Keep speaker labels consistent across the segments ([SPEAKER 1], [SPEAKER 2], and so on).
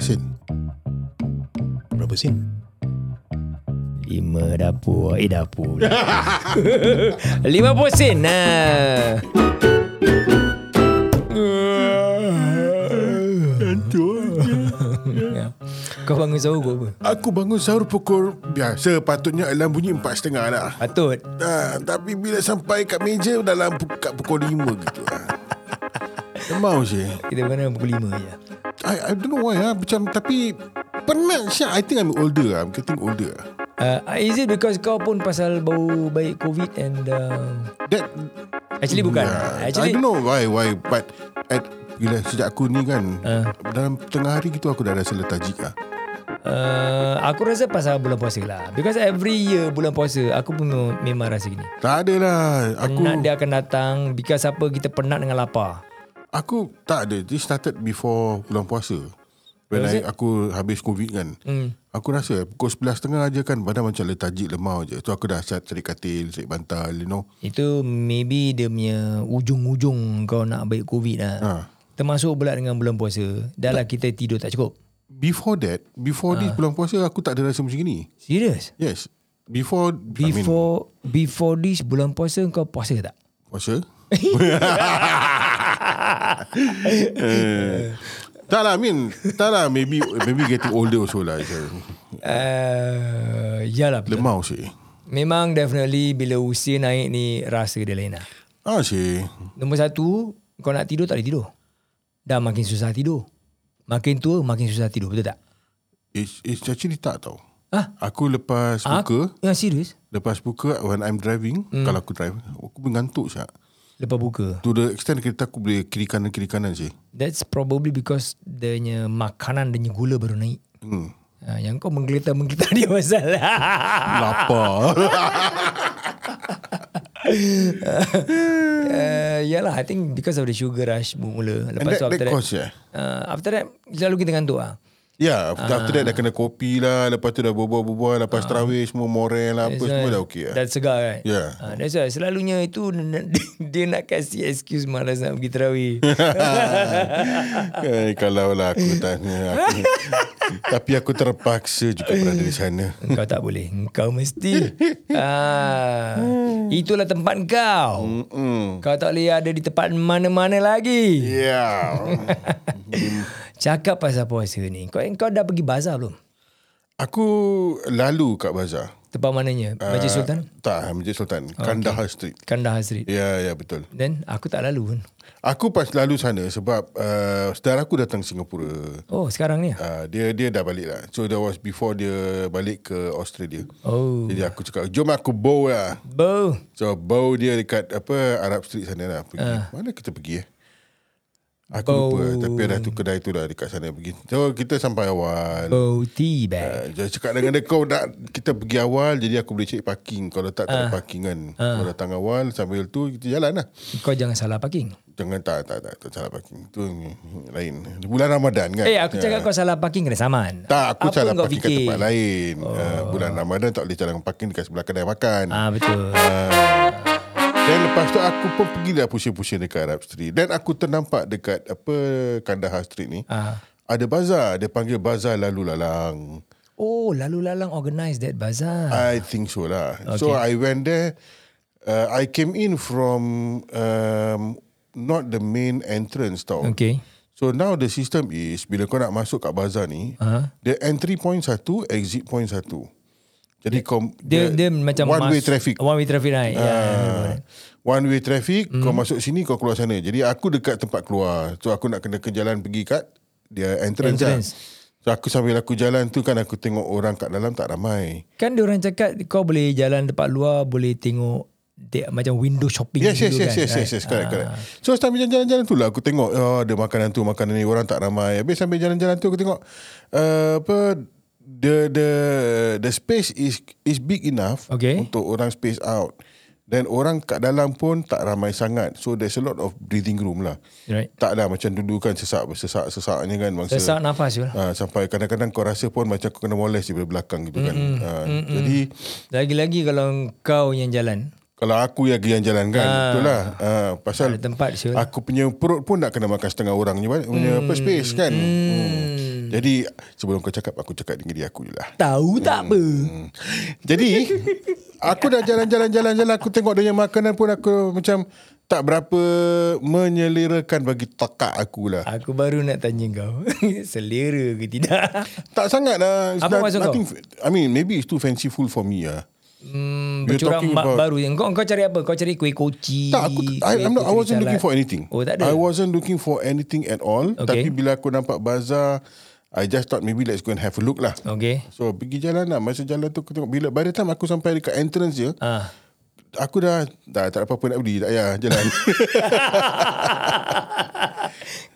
[SPEAKER 1] sen
[SPEAKER 2] Berapa sen?
[SPEAKER 3] Lima dapur Eh dapur Lima puluh sen ha. nah. Kau bangun sahur kau apa?
[SPEAKER 1] Aku bangun sahur pukul Biasa patutnya alarm bunyi 4.30 lah
[SPEAKER 3] Patut
[SPEAKER 1] ha, Tapi bila sampai kat meja Dalam pu- kat pukul 5 gitu ha. Demam je
[SPEAKER 3] Kita bangun pukul lima je
[SPEAKER 1] I, I don't know why ha. Macam tapi Penat Syah I think I'm older lah I'm getting older lah
[SPEAKER 3] uh, Is it because kau pun pasal bau baik covid and uh,
[SPEAKER 1] That
[SPEAKER 3] Actually bukan
[SPEAKER 1] yeah, I
[SPEAKER 3] Actually
[SPEAKER 1] don't know why why But at, Bila sejak aku ni kan uh.
[SPEAKER 3] Ah.
[SPEAKER 1] Dalam tengah hari gitu Aku dah rasa letajik lah
[SPEAKER 3] uh, Aku rasa pasal bulan puasa lah Because every year bulan puasa Aku pun mem- memang rasa gini
[SPEAKER 1] Tak ada lah Aku
[SPEAKER 3] Penat dia akan datang Because apa kita penat dengan lapar
[SPEAKER 1] Aku tak ada This started before Bulan puasa When I, aku habis covid kan mm. Aku rasa Pukul 11.30 aja kan Badan macam letajik lemau je Tu aku dah set Serik katil Serik bantal You know
[SPEAKER 3] Itu maybe dia punya ujung-ujung kau nak baik COVID lah. Ha. Termasuk pula dengan bulan puasa. Dah lah kita tidur tak cukup.
[SPEAKER 1] Before that Before this bulan puasa Aku tak ada rasa macam ni
[SPEAKER 3] Serius?
[SPEAKER 1] Yes Before I mean,
[SPEAKER 3] Before before this bulan puasa kau puasa ke tak?
[SPEAKER 1] Puasa Eh, Tak lah I mean Tak lah Maybe Maybe getting older also lah
[SPEAKER 3] Hmm. Uh, yalah. betul.
[SPEAKER 1] Lemau sih
[SPEAKER 3] Memang definitely bila usia naik ni rasa dia lain lah.
[SPEAKER 1] Ah sih
[SPEAKER 3] Nombor satu, kau nak tidur tak boleh tidur. Dah makin susah tidur. Makin tua makin susah tidur, betul tak?
[SPEAKER 1] It's, it's actually tak tau
[SPEAKER 3] Ah?
[SPEAKER 1] Aku lepas buka
[SPEAKER 3] Ya, serius?
[SPEAKER 1] Lepas buka When I'm driving mm.
[SPEAKER 3] Hmm.
[SPEAKER 1] Kalau aku drive Aku mengantuk syak
[SPEAKER 3] Lepas buka.
[SPEAKER 1] To the extent kereta aku boleh Kiri kanan kiri kanan sih
[SPEAKER 3] That's probably because dia punya makanan dia punya gula baru naik.
[SPEAKER 1] hmm.
[SPEAKER 3] Ha, yang kau menggeletar-menggeletar dia pasal. Ah.
[SPEAKER 1] Lapar
[SPEAKER 3] uh, yalah, I think because of the sugar rush mula.
[SPEAKER 1] And that,
[SPEAKER 3] Lepas tu
[SPEAKER 1] that
[SPEAKER 3] after that,
[SPEAKER 1] cost ya
[SPEAKER 3] uh, after that, selalu kita ngantuk lah.
[SPEAKER 1] Ya, yeah, after,
[SPEAKER 3] Ah.
[SPEAKER 1] after that dah kena kopi lah, lepas tu dah berbual-berbual, lepas terawih semua morel lah, apa semua dah okey lah.
[SPEAKER 3] Dah segar kan?
[SPEAKER 1] Yeah.
[SPEAKER 3] Uh, that's why selalunya itu dia nak kasih excuse malas nak pergi terawih.
[SPEAKER 1] eh, kalau lah aku tanya aku. Tapi aku terpaksa juga berada di sana.
[SPEAKER 3] Engkau tak boleh. Engkau mesti. ah, itulah tempat kau.
[SPEAKER 1] Mm.
[SPEAKER 3] Kau tak boleh ada di tempat mana-mana lagi. Ya.
[SPEAKER 1] Yeah.
[SPEAKER 3] Cakap pasal puasa ni. Kau kau dah pergi bazar belum?
[SPEAKER 1] aku lalu kat bazar.
[SPEAKER 3] Tempat mananya?
[SPEAKER 1] Ah.
[SPEAKER 3] Masjid Sultan?
[SPEAKER 1] Tak, Masjid Sultan. Okay. Kandahar Street.
[SPEAKER 3] Kandahar Street.
[SPEAKER 1] Ya, ya betul.
[SPEAKER 3] Then aku tak lalu pun.
[SPEAKER 1] Aku pas lalu sana sebab uh, saudara aku datang Singapura.
[SPEAKER 3] Oh, sekarang ni? ah?
[SPEAKER 1] Uh, dia dia dah balik lah. So that was before dia balik ke Australia.
[SPEAKER 3] Oh.
[SPEAKER 1] Jadi aku cakap, jom aku bow lah.
[SPEAKER 3] Bo.
[SPEAKER 1] So bau dia dekat apa Arab Street sana lah pergi. Uh. Mana kita pergi eh? Aku
[SPEAKER 3] Bau.
[SPEAKER 1] lupa tapi ada tu kedai tu lah dekat sana pergi. So kita sampai awal.
[SPEAKER 3] Bo tea bag.
[SPEAKER 1] Uh, Jadi cakap dengan dia kau nak kita pergi awal jadi aku boleh cek parking. Kalau tak
[SPEAKER 3] Ah.
[SPEAKER 1] tak ada parking kan. Kau datang awal sambil tu kita jalan lah.
[SPEAKER 3] Kau jangan salah parking.
[SPEAKER 1] Jangan tak tak tak, tak salah parking. Tu lain. Bulan Ramadan kan.
[SPEAKER 3] Eh, aku
[SPEAKER 1] Ya.
[SPEAKER 3] cakap kau salah parking kena saman.
[SPEAKER 1] tak, aku
[SPEAKER 3] Apa
[SPEAKER 1] salah
[SPEAKER 3] kau
[SPEAKER 1] parking kat
[SPEAKER 3] fikir?
[SPEAKER 1] tempat lain. Oh. Uh, bulan Ramadan tak boleh jalan parking dekat sebelah kedai makan.
[SPEAKER 3] Ah, betul.
[SPEAKER 1] Dan lepas tu aku pun pergi dah pusing-pusing dekat Arab Street. Dan aku ternampak dekat apa Kandahar Street ni.
[SPEAKER 3] Ah.
[SPEAKER 1] Ada bazar. Dia panggil bazar lalu lalang.
[SPEAKER 3] Oh, lalu lalang organize that bazar.
[SPEAKER 1] I think so lah. So I went there. Uh, I came in from um, not the main entrance tau.
[SPEAKER 3] Okay.
[SPEAKER 1] So now the system is bila kau nak masuk kat bazar ni,
[SPEAKER 3] Ah.
[SPEAKER 1] the entry point satu, exit point satu. Jadi kau
[SPEAKER 3] Dia, dia macam
[SPEAKER 1] one way
[SPEAKER 3] mas-
[SPEAKER 1] traffic.
[SPEAKER 3] One way traffic right. Uh, yeah.
[SPEAKER 1] Ah, one way traffic
[SPEAKER 3] Hmm.
[SPEAKER 1] mm. kau masuk sini kau keluar sana jadi aku dekat tempat keluar so aku nak kena ke jalan pergi kat dia entrance,
[SPEAKER 3] Entrance.
[SPEAKER 1] entrance. Lah. so aku sambil aku jalan tu kan aku tengok orang kat dalam tak ramai
[SPEAKER 3] Kan dia orang cakap kau boleh jalan dekat luar, boleh tengok dia, macam window shopping
[SPEAKER 1] Yes, yes,
[SPEAKER 3] dulu
[SPEAKER 1] yes,
[SPEAKER 3] kan,
[SPEAKER 1] yes, yes,
[SPEAKER 3] right?
[SPEAKER 1] yes, correct, correct. So sambil jalan-jalan tu lah aku tengok oh, ada makanan tu, makanan ni, orang tak ramai. Habis sambil jalan-jalan tu aku tengok uh, apa the the the space is is big enough
[SPEAKER 3] Okay.
[SPEAKER 1] untuk orang space out. Dan orang kat dalam pun tak ramai sangat. So there's a lot of breathing room lah.
[SPEAKER 3] Right.
[SPEAKER 1] Tak lah macam dulu kan sesak sesak sesaknya kan mangsa.
[SPEAKER 3] Sesak nafas je lah.
[SPEAKER 1] Ha, sampai kadang-kadang kau rasa pun macam kau kena moles daripada belakang gitu kan. Mm-mm. Ha, jadi
[SPEAKER 3] Lagi-lagi kalau kau yang jalan
[SPEAKER 1] kalau aku yang yang jalan kan, betul lah. Ha, pasal
[SPEAKER 3] Ah. Ada tempat sure.
[SPEAKER 1] Aku punya perut pun nak kena makan setengah orang punya, punya apa space kan. Hmm. Jadi sebelum kau cakap aku cakap dengan diri aku je lah. Hmm.
[SPEAKER 3] Tahu tak apa.
[SPEAKER 1] Jadi aku dah jalan-jalan-jalan-jalan aku tengok dia punya makanan pun aku macam tak berapa menyelerakan bagi tekak aku lah.
[SPEAKER 3] Aku baru nak tanya kau. Selera ke tidak?
[SPEAKER 1] Tak sangat lah. It's
[SPEAKER 3] Apa
[SPEAKER 1] not-
[SPEAKER 3] maksud kau?
[SPEAKER 1] nothing- I mean maybe it's too fanciful for me lah.
[SPEAKER 3] Hmm,
[SPEAKER 1] You're
[SPEAKER 3] bercurang
[SPEAKER 1] talking
[SPEAKER 3] mak
[SPEAKER 1] about-
[SPEAKER 3] baru. Kau, kau cari apa? Kau cari kuih koci.
[SPEAKER 1] Tak, aku, I,
[SPEAKER 3] kuih
[SPEAKER 1] I'm not, I
[SPEAKER 3] koci
[SPEAKER 1] wasn't
[SPEAKER 3] calat.
[SPEAKER 1] looking for anything.
[SPEAKER 3] Oh, tak ada?
[SPEAKER 1] I wasn't looking for anything at all.
[SPEAKER 3] Okay.
[SPEAKER 1] Tapi bila aku nampak bazar, I just thought maybe let's go and have a look lah.
[SPEAKER 3] Okay.
[SPEAKER 1] So pergi jalan lah. Masa jalan tu aku tengok. Bila, by the time aku sampai dekat entrance je,
[SPEAKER 3] Ah.
[SPEAKER 1] aku dah, dah tak ada apa-apa nak beli. Tak payah jalan.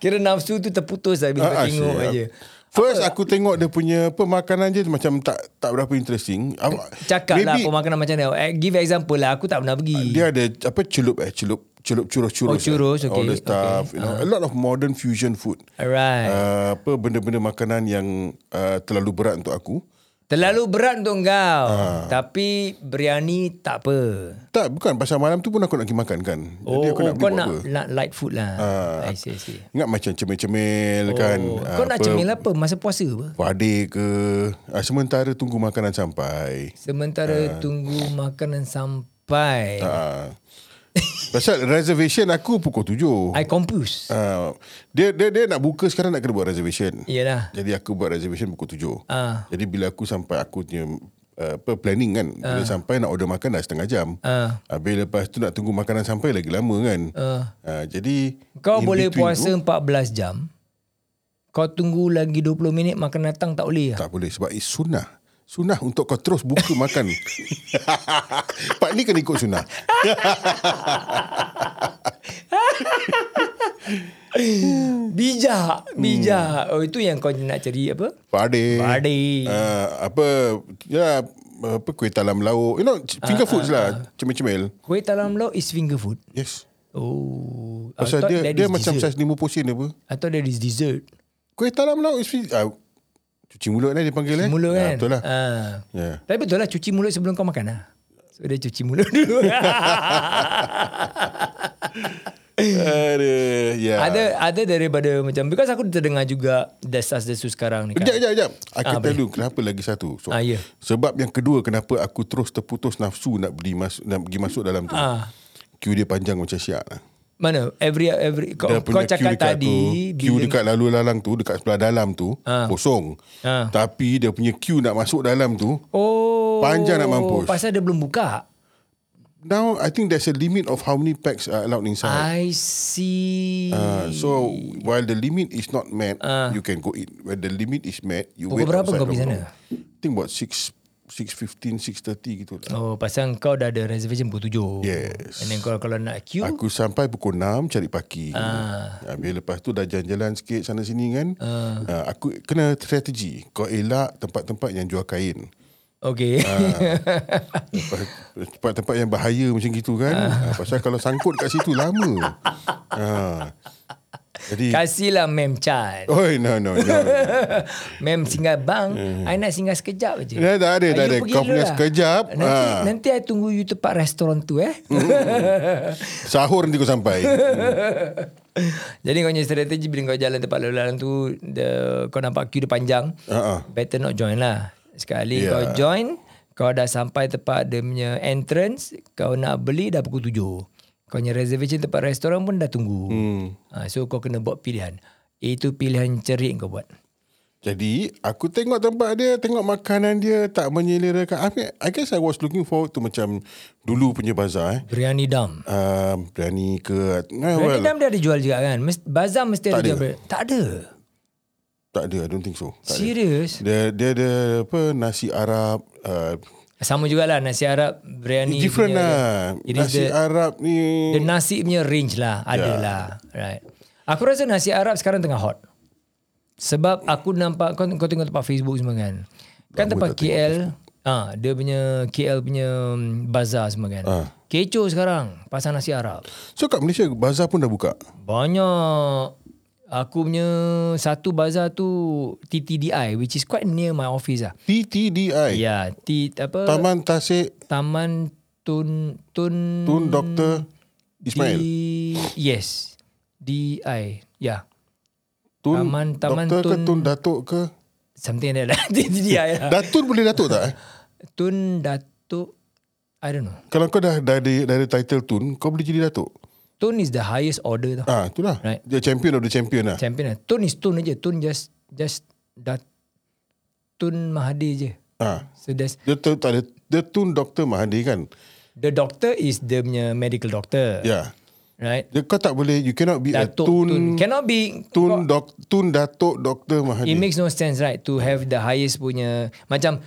[SPEAKER 3] Kira nafsu tu terputus lah bila
[SPEAKER 1] Ah,
[SPEAKER 3] kau tengok
[SPEAKER 1] siap.
[SPEAKER 3] aja.
[SPEAKER 1] First aku tengok dia punya pemakanan je macam tak tak berapa interesting. Apa-
[SPEAKER 3] Cakap lah
[SPEAKER 1] maybe
[SPEAKER 3] pemakanan macam mana. Eh, Give example lah. Aku tak pernah pergi.
[SPEAKER 1] Dia ada apa celup eh celup celup
[SPEAKER 3] Oh,
[SPEAKER 1] churros-churros.
[SPEAKER 3] churros,
[SPEAKER 1] eh. All
[SPEAKER 3] okay,
[SPEAKER 1] the stuff.
[SPEAKER 3] okay. Ah.
[SPEAKER 1] You know, A
[SPEAKER 3] Eh.
[SPEAKER 1] lot of modern fusion food.
[SPEAKER 3] Alright.
[SPEAKER 1] Uh, apa benda-benda makanan yang uh, terlalu berat untuk aku.
[SPEAKER 3] Terlalu berat untuk kau.
[SPEAKER 1] Ah.
[SPEAKER 3] Tapi biryani tak apa.
[SPEAKER 1] Tak, bukan pasal malam tu pun aku nak pergi makan kan.
[SPEAKER 3] Oh,
[SPEAKER 1] Jadi aku
[SPEAKER 3] oh
[SPEAKER 1] nak
[SPEAKER 3] kau
[SPEAKER 1] beli buat
[SPEAKER 3] nak,
[SPEAKER 1] apa?
[SPEAKER 3] nak light food lah.
[SPEAKER 1] Ah.
[SPEAKER 3] I see, I see.
[SPEAKER 1] Ingat macam cemil-cemil oh, kan.
[SPEAKER 3] Oh,
[SPEAKER 1] ah,
[SPEAKER 3] kau nak cemil apa? Masa puasa apa?
[SPEAKER 1] Pade ke. Ah, sementara tunggu makanan sampai.
[SPEAKER 3] Sementara tunggu makanan sampai.
[SPEAKER 1] Ah. pasal reservation aku pukul tujuh.
[SPEAKER 3] I confused.
[SPEAKER 1] Ah, dia dia dia nak buka sekarang nak kena buat reservation.
[SPEAKER 3] Iyalah.
[SPEAKER 1] Jadi aku buat reservation pukul tujuh.
[SPEAKER 3] Ah.
[SPEAKER 1] Jadi bila aku sampai aku punya uh, apa planning kan, bila sampai nak order makan dah setengah jam.
[SPEAKER 3] Ah.
[SPEAKER 1] Habis lepas tu nak tunggu makanan sampai lagi lama kan.
[SPEAKER 3] Ah.
[SPEAKER 1] Ah, jadi
[SPEAKER 3] Kau
[SPEAKER 1] in
[SPEAKER 3] boleh
[SPEAKER 1] between
[SPEAKER 3] puasa
[SPEAKER 1] tu,
[SPEAKER 3] 14 jam. Kau tunggu lagi 20 minit makan datang tak boleh lah.
[SPEAKER 1] tak boleh sebab it's sunnah. Sunnah untuk kau terus buka makan. Pak ni kena ikut sunnah.
[SPEAKER 3] Bijak,
[SPEAKER 1] Hmm.
[SPEAKER 3] bijak. Oh itu yang kau nak cari
[SPEAKER 1] Eh.
[SPEAKER 3] apa?
[SPEAKER 1] Pade.
[SPEAKER 3] Pade.
[SPEAKER 1] Uh, apa ya apa kuih talam lauk. You know
[SPEAKER 3] Ah,
[SPEAKER 1] finger foods lah, cemil-cemil.
[SPEAKER 3] Kuih talam laut is finger food.
[SPEAKER 1] Yes.
[SPEAKER 3] Oh. I
[SPEAKER 1] Pasal
[SPEAKER 3] thought
[SPEAKER 1] dia
[SPEAKER 3] that
[SPEAKER 1] dia
[SPEAKER 3] is
[SPEAKER 1] macam saiz
[SPEAKER 3] dessert.
[SPEAKER 1] 50 sen apa.
[SPEAKER 3] I thought that is dessert.
[SPEAKER 1] Kuih talam laut is free. Ah, cuci mulut lah dia panggil eh.
[SPEAKER 3] Mulut
[SPEAKER 1] Ah,
[SPEAKER 3] kan?
[SPEAKER 1] betul lah.
[SPEAKER 3] Ha.
[SPEAKER 1] Ya.
[SPEAKER 3] Tapi betul lah cuci mulut sebelum kau makan lah. So dia cuci mulut dulu.
[SPEAKER 1] Aduh, ya.
[SPEAKER 3] ada ada daripada macam because aku terdengar juga desas-desus sekarang ni kan.
[SPEAKER 1] Kejap, kejap, kejap. Aku tell you kenapa lagi satu. So,
[SPEAKER 3] Ah, ya.
[SPEAKER 1] Sebab yang kedua kenapa aku terus terputus nafsu nak beli masuk nak pergi masuk dalam tu.
[SPEAKER 3] Ah.
[SPEAKER 1] Queue dia panjang macam syak lah.
[SPEAKER 3] Mana? Every every kau,
[SPEAKER 1] Dia
[SPEAKER 3] kau
[SPEAKER 1] punya queue
[SPEAKER 3] cakap
[SPEAKER 1] dekat tu,
[SPEAKER 3] tadi
[SPEAKER 1] queue dekat lalu lalang tu, dekat sebelah dalam tu,
[SPEAKER 3] Ah.
[SPEAKER 1] kosong.
[SPEAKER 3] Ah.
[SPEAKER 1] Tapi dia punya queue nak masuk dalam tu,
[SPEAKER 3] Oh.
[SPEAKER 1] Panjang nak mampus.
[SPEAKER 3] Pasal dia belum buka.
[SPEAKER 1] now I think there's a limit of how many packs are allowed inside.
[SPEAKER 3] I see.
[SPEAKER 1] Uh, so while the limit is not met, you can go in. When the limit is met, you
[SPEAKER 3] Ah. Pukul
[SPEAKER 1] wait
[SPEAKER 3] berapa
[SPEAKER 1] outside
[SPEAKER 3] kau pergi
[SPEAKER 1] the
[SPEAKER 3] sana?
[SPEAKER 1] room. I think about 6 6.15, 6.30 gitu lah.
[SPEAKER 3] Oh, pasal kau dah ada reservation pukul 7.
[SPEAKER 1] Yes. Ah.
[SPEAKER 3] And then kalau, kalau nak queue,
[SPEAKER 1] Aku sampai pukul 6 cari parking.
[SPEAKER 3] Ah.
[SPEAKER 1] Uh. Habis lepas tu dah jalan-jalan sikit sana sini kan. Uh. Uh, aku kena strategi. Kau elak tempat-tempat yang jual kain.
[SPEAKER 3] okay.
[SPEAKER 1] Ah. Tempat- Tempat-tempat yang bahaya macam gitu kan. Uh. pasal kalau sangkut kat situ lama. Uh. Jadi,
[SPEAKER 3] Kasihlah Mem Chan.
[SPEAKER 1] oh no no no.
[SPEAKER 3] Mem singgah bang, I nak singgah sekejap je.
[SPEAKER 1] Dah, Hmm. Ya, tak ada, tak
[SPEAKER 3] You
[SPEAKER 1] ada.
[SPEAKER 3] pergi
[SPEAKER 1] Kau
[SPEAKER 3] dulu
[SPEAKER 1] punya
[SPEAKER 3] lah.
[SPEAKER 1] sekejap.
[SPEAKER 3] Nanti,
[SPEAKER 1] Ah. Hmm.
[SPEAKER 3] nanti I tunggu you tempat restoran tu eh.
[SPEAKER 1] Sahur nanti kau sampai.
[SPEAKER 3] Jadi kau punya strategi bila kau jalan tempat lalu lalang tu, the, kau nampak queue dia panjang,
[SPEAKER 1] Uh-uh.
[SPEAKER 3] better not join lah. Sekali
[SPEAKER 1] Yeah.
[SPEAKER 3] yeah. kau join, kau dah sampai tempat dia punya entrance, kau nak beli dah pukul tujuh. Kau punya reservation tempat restoran pun dah tunggu. Hmm. Ha, so kau kena buat pilihan. Itu pilihan cerit kau buat.
[SPEAKER 1] Jadi aku tengok tempat dia Tengok makanan dia Tak menyelerakan I, mean, I guess I was looking forward to Macam dulu punya bazar eh.
[SPEAKER 3] Biryani dam.
[SPEAKER 1] Uh, berani ke nah, well,
[SPEAKER 3] Biryani dam dia ada jual juga kan? Mes, bazar mesti
[SPEAKER 1] Tak
[SPEAKER 3] ada,
[SPEAKER 1] ada.
[SPEAKER 3] jual. biryani. Tak ada.
[SPEAKER 1] Tak ada I don't think so tak ada.
[SPEAKER 3] Serius?
[SPEAKER 1] Dia dia ada apa nasi Arab uh,
[SPEAKER 3] Sama jugalah nasi Arab, biryani.
[SPEAKER 1] different
[SPEAKER 3] punya-
[SPEAKER 1] lah.
[SPEAKER 3] It is
[SPEAKER 1] Nasi
[SPEAKER 3] the-
[SPEAKER 1] Arab ni
[SPEAKER 3] The nasi punya range lah Adalah Right Aku rasa nasi Arab sekarang tengah hot Sebab aku nampak Kau, kau tengok tempat Facebook semua kan Kan tempat KL ah, Dia punya KL punya mm, Bazar semua kan Kecoh sekarang Pasal nasi Arab
[SPEAKER 1] So kat Malaysia bazar pun dah buka.
[SPEAKER 3] Banyak Aku punya Satu bazar tu TTDI Which is quite near my office lah Ya
[SPEAKER 1] TTDI.
[SPEAKER 3] yeah, T, apa,
[SPEAKER 1] Taman
[SPEAKER 3] Taman,
[SPEAKER 1] Tasik
[SPEAKER 3] Taman Tun Tun
[SPEAKER 1] Tun Dr Ismail.
[SPEAKER 3] Di, yes. DI. Ya.
[SPEAKER 1] Tun,
[SPEAKER 3] Taman- Taman
[SPEAKER 1] doktor ke
[SPEAKER 3] Tun-
[SPEAKER 1] Tun Datuk ke?
[SPEAKER 3] Something like that. Itu dia ya.
[SPEAKER 1] Datun boleh Datuk tak? Eh?
[SPEAKER 3] Tun Datuk I don't know.
[SPEAKER 1] Kalau kau dah dari dari title Tun, kau boleh jadi Datuk.
[SPEAKER 3] Tun is the highest order tau.
[SPEAKER 1] Ah, itulah.
[SPEAKER 3] Right.
[SPEAKER 1] Dia champion of the champion lah.
[SPEAKER 3] Champion lah. Tun is Tun aja. Tun just just dat Tun Mahathir je.
[SPEAKER 1] Ah.
[SPEAKER 3] So that's
[SPEAKER 1] Dia tu tak ada dia Tun Dr. Mahathir kan?
[SPEAKER 3] the doctor is the punya medical doctor.
[SPEAKER 1] Ya. Yeah.
[SPEAKER 3] Right?
[SPEAKER 1] Dia kau tak boleh you cannot be
[SPEAKER 3] Datuk
[SPEAKER 1] a Tun
[SPEAKER 3] Tun. Cannot be
[SPEAKER 1] Tun dok, Tun Datuk Dr.
[SPEAKER 3] It
[SPEAKER 1] Mahathir.
[SPEAKER 3] makes no sense right to have the highest punya macam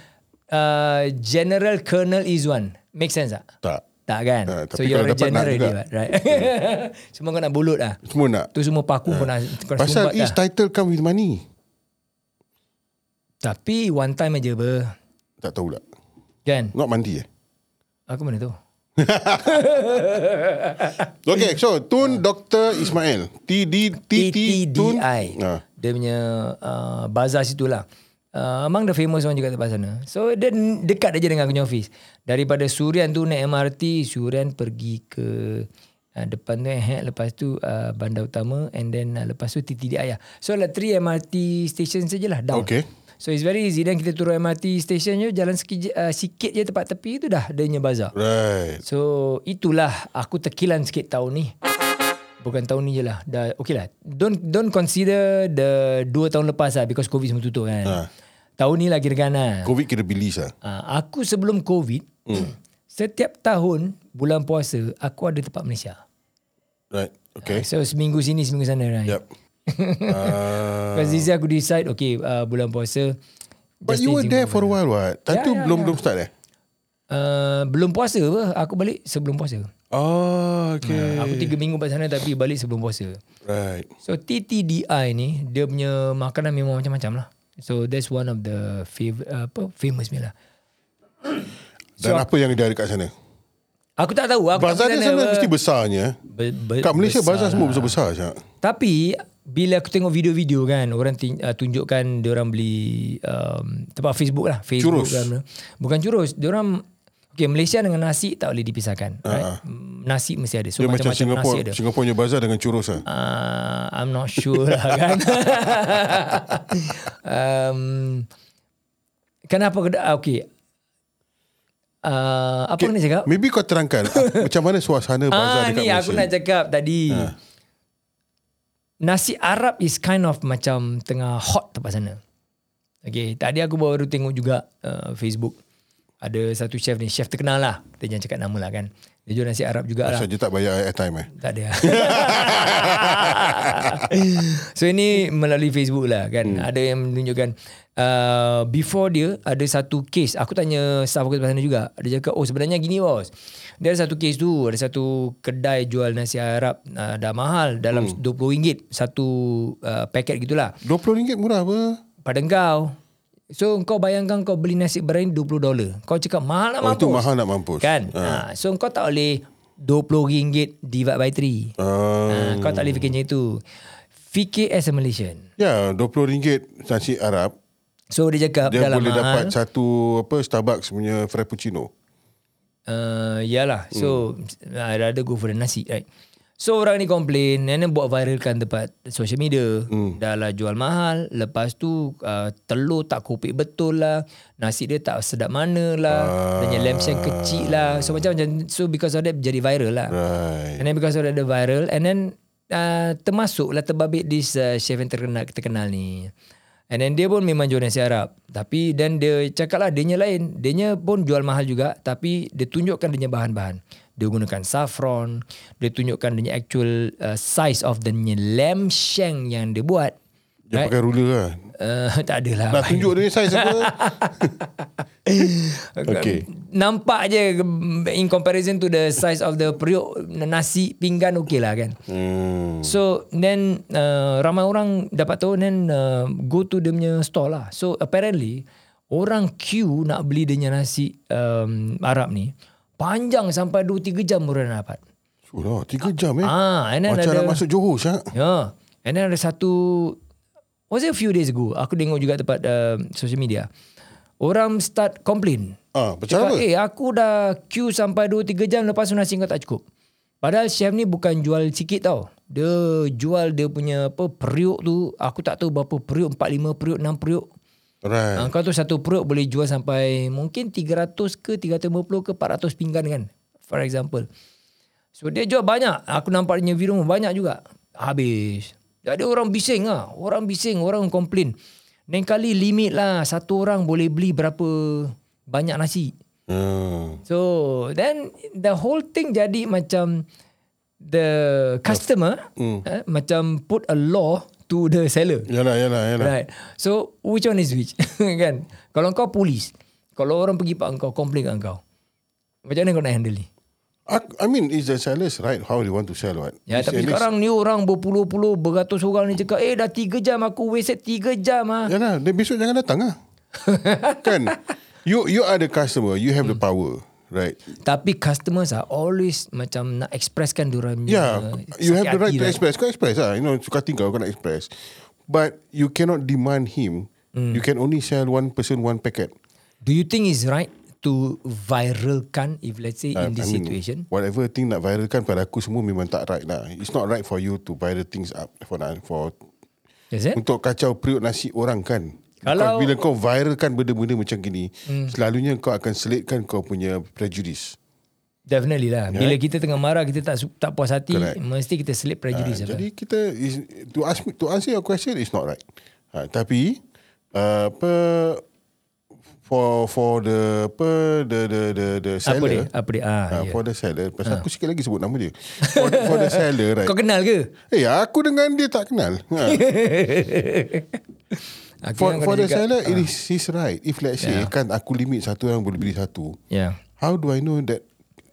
[SPEAKER 3] uh, general colonel is one. Make sense tak?
[SPEAKER 1] tak.
[SPEAKER 3] Tak kan?
[SPEAKER 1] Ah,
[SPEAKER 3] so
[SPEAKER 1] tapi
[SPEAKER 3] you're
[SPEAKER 1] kalau
[SPEAKER 3] a
[SPEAKER 1] dapat nak
[SPEAKER 3] general
[SPEAKER 1] juga.
[SPEAKER 3] dia, right? semua kau nak bulut lah.
[SPEAKER 1] Semua nak.
[SPEAKER 3] Tu semua paku kau nak, kau
[SPEAKER 1] Eh.
[SPEAKER 3] nak
[SPEAKER 1] Pasal
[SPEAKER 3] sumbat
[SPEAKER 1] each
[SPEAKER 3] lah.
[SPEAKER 1] title come with money.
[SPEAKER 3] Tapi one time aja ber.
[SPEAKER 1] Tak tahu lah.
[SPEAKER 3] Kan?
[SPEAKER 1] Not mandi eh.
[SPEAKER 3] Aku mana tu?
[SPEAKER 1] Okay,
[SPEAKER 3] Eh.
[SPEAKER 1] so
[SPEAKER 3] Ah.
[SPEAKER 1] Tun Dr. Ismail. TD TT Tun.
[SPEAKER 3] TTDI.
[SPEAKER 1] Ah.
[SPEAKER 3] Dia punya uh, bazar situ lah. Uh, among the famous one juga tempat sana. So dia n- dekat aja dengan aku punya office. Daripada Surian tu naik MRT, Surian pergi ke uh, depan tu eh, lepas tu uh, bandar utama and then uh, lepas tu TTDI lah. So like three MRT station sajalah lah, down.
[SPEAKER 1] Okay.
[SPEAKER 3] So it's very easy dan kita turun MRT station je jalan sikit, uh, sikit je tempat tepi tu dah dia punya bazar.
[SPEAKER 1] Right.
[SPEAKER 3] So itulah aku terkilan sikit tahun ni. Bukan tahun ni je lah. Dah, okay lah. Don't, don't consider the dua tahun lepas lah because COVID semua tutup kan.
[SPEAKER 1] Ha.
[SPEAKER 3] Tahun ni lah kira-kira lah.
[SPEAKER 1] Covid kena bilis lah.
[SPEAKER 3] Ha, aku sebelum COVID,
[SPEAKER 1] Hmm.
[SPEAKER 3] setiap tahun bulan puasa, aku ada tempat Malaysia.
[SPEAKER 1] Right. Okay.
[SPEAKER 3] So seminggu sini, seminggu sana. Right?
[SPEAKER 1] Yep. uh,
[SPEAKER 3] Because this year aku decide, okay uh, bulan puasa.
[SPEAKER 1] but
[SPEAKER 3] just
[SPEAKER 1] you
[SPEAKER 3] stay
[SPEAKER 1] were
[SPEAKER 3] single.
[SPEAKER 1] there for a while what? Time
[SPEAKER 3] Yeah,
[SPEAKER 1] tu
[SPEAKER 3] yeah,
[SPEAKER 1] belum
[SPEAKER 3] yeah.
[SPEAKER 1] belum start eh?
[SPEAKER 3] Uh, belum puasa apa, aku balik sebelum puasa. Ah,
[SPEAKER 1] Oh, okay.
[SPEAKER 3] Aku tiga minggu kat sana tapi balik sebelum puasa.
[SPEAKER 1] Right.
[SPEAKER 3] So TTDI ni dia punya makanan memang macam-macam lah. So that's one of the fav- apa famous punya lah.
[SPEAKER 1] Dan apa yang dia ada kat sana?
[SPEAKER 3] Aku tak tahu aku
[SPEAKER 1] Bazar dia
[SPEAKER 3] tak pernah
[SPEAKER 1] sana
[SPEAKER 3] ber-
[SPEAKER 1] mesti besarnya.
[SPEAKER 3] ber- ber-
[SPEAKER 1] Kat Malaysia
[SPEAKER 3] besar
[SPEAKER 1] bazar
[SPEAKER 3] lah.
[SPEAKER 1] semua besar-besar je.
[SPEAKER 3] Tapi bila aku tengok video-video kan orang tin- uh, tunjukkan dia orang beli um, tempat Facebook lah, Facebook
[SPEAKER 1] Churros.
[SPEAKER 3] Kan. Bukan churros, dia orang Okay, Malaysia dengan nasi tak boleh dipisahkan. Right? Nasi mesti ada. So
[SPEAKER 1] Ah. Dia macam
[SPEAKER 3] macam-macam nasi
[SPEAKER 1] Singapura,
[SPEAKER 3] ada.
[SPEAKER 1] Singapura punya bazar dengan churros lah.
[SPEAKER 3] Uh, I'm not sure lah kan. um, kenapa kena, ah, okay. Uh, apa okay. nak cakap?
[SPEAKER 1] Maybe kau terangkan ah, macam mana suasana
[SPEAKER 3] Ah
[SPEAKER 1] bazar dekat
[SPEAKER 3] ni
[SPEAKER 1] Malaysia. Ha.
[SPEAKER 3] aku nak cakap tadi. Nasi Arab is kind of macam tengah hot tempat sana. Okay, tadi aku baru tengok juga uh, Facebook. Ada satu chef ni, chef terkenal lah. Kita jangan cakap nama lah kan. Dia jual nasi Arab juga lah.
[SPEAKER 1] Asal dia tak bayar airtime eh.
[SPEAKER 3] Tak ada. so ini melalui Facebook lah kan. Hmm. Ada yang menunjukkan uh, before dia ada satu case. Aku tanya staff aku depan sana juga. Dia cakap, "Oh sebenarnya gini bos. Dia ada satu case tu, ada satu kedai jual nasi Arab uh, dah mahal dalam
[SPEAKER 1] Hmm.
[SPEAKER 3] RM20 satu uh, paket gitulah.
[SPEAKER 1] RM20 murah apa?
[SPEAKER 3] Pada kau So kau bayangkan kau beli nasi berani $20. Kau cakap mahal nak
[SPEAKER 1] Oh,
[SPEAKER 3] mampus.
[SPEAKER 1] itu mahal nak mampus.
[SPEAKER 3] Kan? Ha. So kau tak boleh RM20 divide by
[SPEAKER 1] Uh,
[SPEAKER 3] 3. Ha, kau tak boleh fikir macam itu. Fikir as a Malaysian.
[SPEAKER 1] ya, RM20 nasi Arab.
[SPEAKER 3] So dia cakap
[SPEAKER 1] Dia
[SPEAKER 3] dalam
[SPEAKER 1] boleh
[SPEAKER 3] mahal.
[SPEAKER 1] dapat satu apa Starbucks punya Frappuccino.
[SPEAKER 3] Uh, yalah. So
[SPEAKER 1] Hmm.
[SPEAKER 3] I rather go for the nasi right. So orang ni complain and then buat viralkan tempat social media. Hmm. Dah lah jual mahal. Lepas tu uh, telur tak kupik betul lah. Nasi dia tak sedap mana lah.
[SPEAKER 1] Ah.
[SPEAKER 3] Uh. Dan yang lamb shank kecil lah. So macam macam so because of that jadi viral lah.
[SPEAKER 1] Right.
[SPEAKER 3] And then because of that, the viral. And then uh, termasuklah terbabit this uh, chef yang terkenal, terkenal ni. And then dia pun memang jual nasi Arab. Tapi then dia cakap lah dia nya lain. Dia nya pun jual mahal juga. Tapi dia tunjukkan dia nya bahan-bahan. Dia gunakan saffron. Dia tunjukkan dia nya actual uh, size of the nya lamb shank yang dia buat.
[SPEAKER 1] Dia pakai ruler lah.
[SPEAKER 3] Uh, tak adalah.
[SPEAKER 1] Nak tunjuk dia ni saiz apa? Okay.
[SPEAKER 3] Nampak je in comparison to the size of the periuk nasi pinggan okey lah kan.
[SPEAKER 1] Hmm.
[SPEAKER 3] So then uh, ramai orang dapat tahu then uh, go to dia punya store lah. So apparently orang queue nak beli dia punya nasi um, Arab ni panjang sampai 2 3 jam baru nak dapat.
[SPEAKER 1] Surah, tiga jam eh.
[SPEAKER 3] Ah, and then
[SPEAKER 1] Macam
[SPEAKER 3] ada
[SPEAKER 1] nak masuk Johor, Syak.
[SPEAKER 3] Ya. Yeah. And then ada satu was it a few days ago aku tengok juga tempat uh, social media. Orang start complain.
[SPEAKER 1] Ah, macam
[SPEAKER 3] Cakap,
[SPEAKER 1] apa?
[SPEAKER 3] eh aku dah queue sampai 2 3 jam lepas tu nasi kau tak cukup. Padahal chef ni bukan jual sikit tau. Dia jual dia punya apa periuk tu. Aku tak tahu berapa periuk. 4, 5 periuk, 6 periuk.
[SPEAKER 1] Right.
[SPEAKER 3] Ha, kau tu satu periuk boleh jual sampai mungkin 300 ke 350 ke 400 pinggan kan. For example. So dia jual banyak. Aku nampak dia punya video banyak juga. Habis. Ada orang bising lah. Orang bising, orang komplain. Lain kali limit lah. Satu orang boleh beli berapa banyak nasi.
[SPEAKER 1] Hmm.
[SPEAKER 3] So then the whole thing jadi macam the customer
[SPEAKER 1] Hmm.
[SPEAKER 3] mm. eh, macam put a law to the seller.
[SPEAKER 1] Yalah, yalah, yalah.
[SPEAKER 3] Right. So which one is which? kan? Kalau kau polis, kalau orang pergi pak kau komplain kat kau. Macam mana kau nak handle ni?
[SPEAKER 1] I, I mean, it's the seller's right how they want to sell, right?
[SPEAKER 3] Ya,
[SPEAKER 1] It's
[SPEAKER 3] tapi
[SPEAKER 1] at least-
[SPEAKER 3] sekarang ni orang berpuluh-puluh, beratus orang ni cakap, eh dah tiga jam aku wasted tiga jam ah.
[SPEAKER 1] Yalah, dia besok jangan datang lah. kan? You you are the customer. You
[SPEAKER 3] Hmm.
[SPEAKER 1] have the power, right?
[SPEAKER 3] Tapi customers are always macam nak expresskan diorang punya
[SPEAKER 1] Yeah, you
[SPEAKER 3] sakit
[SPEAKER 1] have the right
[SPEAKER 3] hati
[SPEAKER 1] to
[SPEAKER 3] lah.
[SPEAKER 1] express. Kau express lah. You know, suka tinggal kau nak express. But you cannot demand him.
[SPEAKER 3] Hmm.
[SPEAKER 1] You can only sell one person one packet.
[SPEAKER 3] Do you think it's right to viralkan if let's say in this
[SPEAKER 1] Ah, I mean,
[SPEAKER 3] situation?
[SPEAKER 1] Whatever thing nak viralkan pada aku semua memang tak right lah. It's not right for you to viral things up for for
[SPEAKER 3] Is it?
[SPEAKER 1] untuk kacau periuk nasi orang kan.
[SPEAKER 3] Kalau-
[SPEAKER 1] Kalau
[SPEAKER 3] Hmm.
[SPEAKER 1] bila kau viralkan benda-benda macam gini, selalunya kau akan selitkan kau punya prejudice.
[SPEAKER 3] Definitely lah. Bila kita tengah marah, kita tak su- tak puas hati,
[SPEAKER 1] Correct.
[SPEAKER 3] mesti kita selip prejudice.
[SPEAKER 1] Ha,
[SPEAKER 3] apa.
[SPEAKER 1] jadi kita is, to ask me, to answer your question is not right. Ha, tapi uh, apa for for the apa the the the, the
[SPEAKER 3] apa dia?
[SPEAKER 1] seller
[SPEAKER 3] Apa dia? Ah,
[SPEAKER 1] ha,
[SPEAKER 3] ya.
[SPEAKER 1] for the seller pasal aku sikit lagi sebut nama dia for, the- for the seller right
[SPEAKER 3] Kau kenal ke?
[SPEAKER 1] Eh, aku dengan dia tak kenal. Ha.
[SPEAKER 3] Aku
[SPEAKER 1] For,
[SPEAKER 3] ingat Ah,
[SPEAKER 1] for
[SPEAKER 3] kau dah
[SPEAKER 1] the
[SPEAKER 3] Ah. cakap-
[SPEAKER 1] seller, it is his right. If let's say, yeah. kan aku limit satu orang boleh beli satu.
[SPEAKER 3] Yeah.
[SPEAKER 1] How do I know that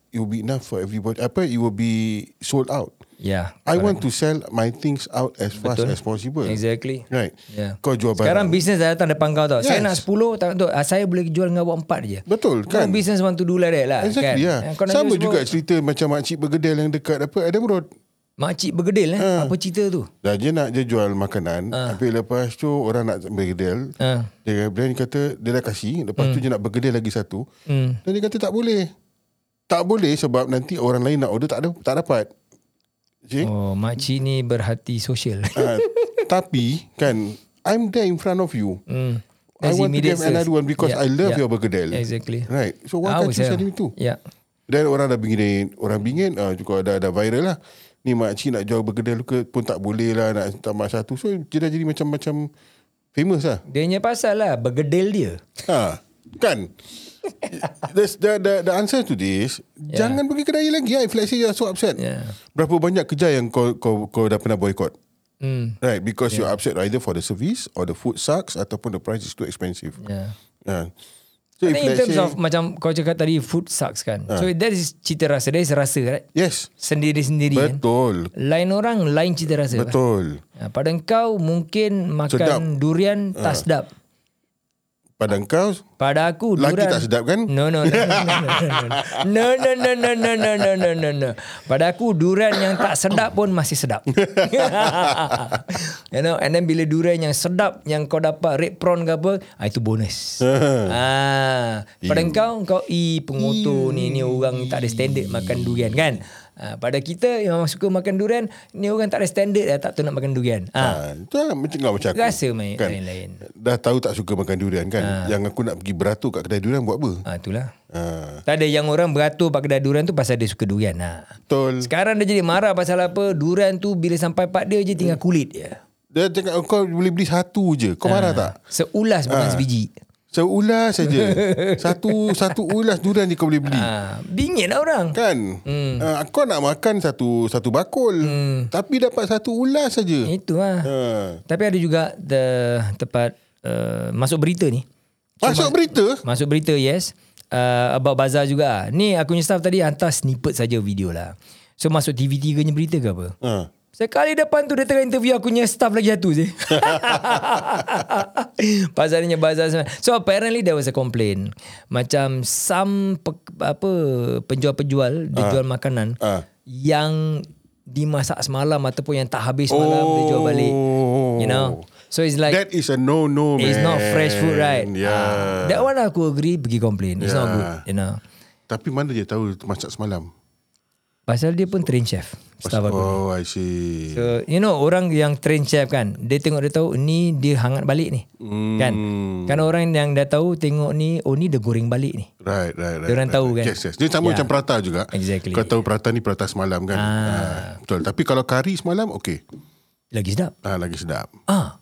[SPEAKER 1] it will be enough for everybody? Apa, it will be sold out.
[SPEAKER 3] Yeah.
[SPEAKER 1] I want to sell my things out as fast
[SPEAKER 3] Betul.
[SPEAKER 1] as possible.
[SPEAKER 3] Exactly.
[SPEAKER 1] Right.
[SPEAKER 3] Yeah.
[SPEAKER 1] Ya. Kau jual barang.
[SPEAKER 3] Ya. Sekarang bisnes dah datang depan kau tau. Saya
[SPEAKER 1] Yes.
[SPEAKER 3] nak 10, tak tu. Ah, Saya boleh jual dengan awak 4 je.
[SPEAKER 1] Betul,
[SPEAKER 3] Kau
[SPEAKER 1] kan?
[SPEAKER 3] Business want to do like that lah. kan?
[SPEAKER 1] Exactly,
[SPEAKER 3] Eh,
[SPEAKER 1] yeah.
[SPEAKER 3] kau nak
[SPEAKER 1] Sama
[SPEAKER 3] jual
[SPEAKER 1] juga
[SPEAKER 3] semua-
[SPEAKER 1] cerita macam makcik bergedel yang dekat apa, Adam Road.
[SPEAKER 3] Makcik bergedil eh.
[SPEAKER 1] Ah.
[SPEAKER 3] Apa cerita tu?
[SPEAKER 1] Dah dia nak je jual makanan. Tapi lepas tu orang nak bergedel.
[SPEAKER 3] Ah.
[SPEAKER 1] Dia brand kata dia dah kasih. Lepas tu dia nak bergedel lagi satu.
[SPEAKER 3] Hmm.
[SPEAKER 1] Dan dia kata tak boleh. Tak boleh sebab nanti orang lain nak order tak ada tak dapat. Okay? Oh.
[SPEAKER 3] Oh, makcik ni berhati sosial.
[SPEAKER 1] Uh, tapi kan I'm there in front of you.
[SPEAKER 3] Hmm.
[SPEAKER 1] I
[SPEAKER 3] That's
[SPEAKER 1] want to give
[SPEAKER 3] immediate sales.
[SPEAKER 1] another one because
[SPEAKER 3] Yeah,
[SPEAKER 1] I love
[SPEAKER 3] yeah.
[SPEAKER 1] your bergedel.
[SPEAKER 3] Exactly.
[SPEAKER 1] Right. So why can't you
[SPEAKER 3] Ours, yeah.
[SPEAKER 1] sell him too?
[SPEAKER 3] Yeah.
[SPEAKER 1] Dan orang dah bingin, orang bingin ah juga dah dah viral lah. Ni makcik nak jual bergedel ke pun tak boleh lah nak tambah satu. So dia dah jadi macam-macam famous lah.
[SPEAKER 3] Dia punya pasal lah Bergedil dia
[SPEAKER 1] Ha, kan? There's the, the, the answer to this, yeah. jangan pergi kedai lagi lah if let's say you're so upset.
[SPEAKER 3] Yeah.
[SPEAKER 1] Berapa banyak kerja yang kau, kau, kau dah pernah boycott?
[SPEAKER 3] hmm.
[SPEAKER 1] Right, because yeah. you're upset either for the service or the food sucks ataupun the price is too expensive.
[SPEAKER 3] yeah.
[SPEAKER 1] Yeah. So if
[SPEAKER 3] Hmm. I think in
[SPEAKER 1] let's
[SPEAKER 3] terms
[SPEAKER 1] say, Ah.
[SPEAKER 3] of Macam kau cakap tadi Food sucks kan So that is cita rasa That is rasa right
[SPEAKER 1] yes,
[SPEAKER 3] Sendiri-sendiri kan
[SPEAKER 1] betul,
[SPEAKER 3] Lain orang Lain cita rasa
[SPEAKER 1] betul.
[SPEAKER 3] Ha, pada kau mungkin makan
[SPEAKER 1] Sedap. Ah.
[SPEAKER 3] durian tak sedap.
[SPEAKER 1] Pada kau,
[SPEAKER 3] Pada aku
[SPEAKER 1] Laki
[SPEAKER 3] durian
[SPEAKER 1] tak sedap kan?
[SPEAKER 3] No no no no no no no no no no no no no no no. Pada aku durian yang tak sedap pun masih sedap. you know, and then bila durian yang sedap yang kau dapat red prawn ke apa, ah, itu bonus. ah, pada kau kau i pengotor ni ni orang tak ada standard makan durian kan? Ah, pada kita yang suka makan durian, ni orang tak ada standard dah tak tahu nak makan durian. Ah,
[SPEAKER 1] ha, tu lah macam kau macam aku.
[SPEAKER 3] rasa Ah. main
[SPEAKER 1] Kan?
[SPEAKER 3] lain-lain.
[SPEAKER 1] Dah tahu tak suka makan durian kan? Ha. Yang aku nak pergi beratur kat kedai durian buat apa?
[SPEAKER 3] Ah itulah.
[SPEAKER 1] Ha,
[SPEAKER 3] Tak ada yang orang beratur pak kedai durian tu pasal dia suka durian. Ha.
[SPEAKER 1] betul.
[SPEAKER 3] Sekarang dia jadi marah pasal apa? Durian tu bila sampai pak dia je tinggal kulit je.
[SPEAKER 1] Dia cakap "Oh, kau boleh beli satu je. Kau
[SPEAKER 3] Ah.
[SPEAKER 1] marah tak?
[SPEAKER 3] Seulas bukan sebiji.
[SPEAKER 1] Saya ulas saja. satu satu ulas durian ni kau boleh beli.
[SPEAKER 3] Ha. Bingit lah orang.
[SPEAKER 1] Kan? Hmm. Uh, kau nak makan satu satu bakul. Hmm. Tapi dapat satu ulas saja.
[SPEAKER 3] Itu lah.
[SPEAKER 1] Uh,
[SPEAKER 3] Tapi ada juga the, tempat uh, masuk berita ni.
[SPEAKER 1] masuk berita.
[SPEAKER 3] Masuk berita yes. Uh, about bazar juga. Ni aku punya staff tadi hantar snippet saja video lah. So masuk TV3 punya berita ke apa?
[SPEAKER 1] Ha.
[SPEAKER 3] Sekali depan tu dia tengah interview aku punya staff lagi satu je. Pasarnya bazar semua. So apparently there was a complaint. Macam some pe, apa penjual-penjual dia jual makanan
[SPEAKER 1] Ah.
[SPEAKER 3] yang dimasak semalam ataupun yang tak habis semalam oh. dia jual balik. You know. So it's like
[SPEAKER 1] That is a no no man.
[SPEAKER 3] it's not fresh food right. Ah,
[SPEAKER 1] Yeah.
[SPEAKER 3] that one aku agree pergi complain. It's not
[SPEAKER 1] Yeah.
[SPEAKER 3] good, you know.
[SPEAKER 1] Tapi mana dia tahu masak semalam?
[SPEAKER 3] Pasal dia pun train chef. Staff aku.
[SPEAKER 1] Oh, I see.
[SPEAKER 3] So, you know, orang yang train chef kan, dia tengok dia tahu, ni dia hangat balik ni.
[SPEAKER 1] Hmm.
[SPEAKER 3] Kan? Kan orang yang dah tahu, tengok ni, oh ni dia goreng balik ni.
[SPEAKER 1] Right, right, right.
[SPEAKER 3] Diorang
[SPEAKER 1] right.
[SPEAKER 3] tahu kan?
[SPEAKER 1] Yes, yes. Dia sama
[SPEAKER 3] Yeah.
[SPEAKER 1] yeah. macam prata juga.
[SPEAKER 3] Exactly.
[SPEAKER 1] Kau tahu prata ni prata semalam kan? Ah. betul. Tapi kalau kari semalam, okey.
[SPEAKER 3] Lagi sedap.
[SPEAKER 1] Ah, lagi sedap.
[SPEAKER 3] Ah,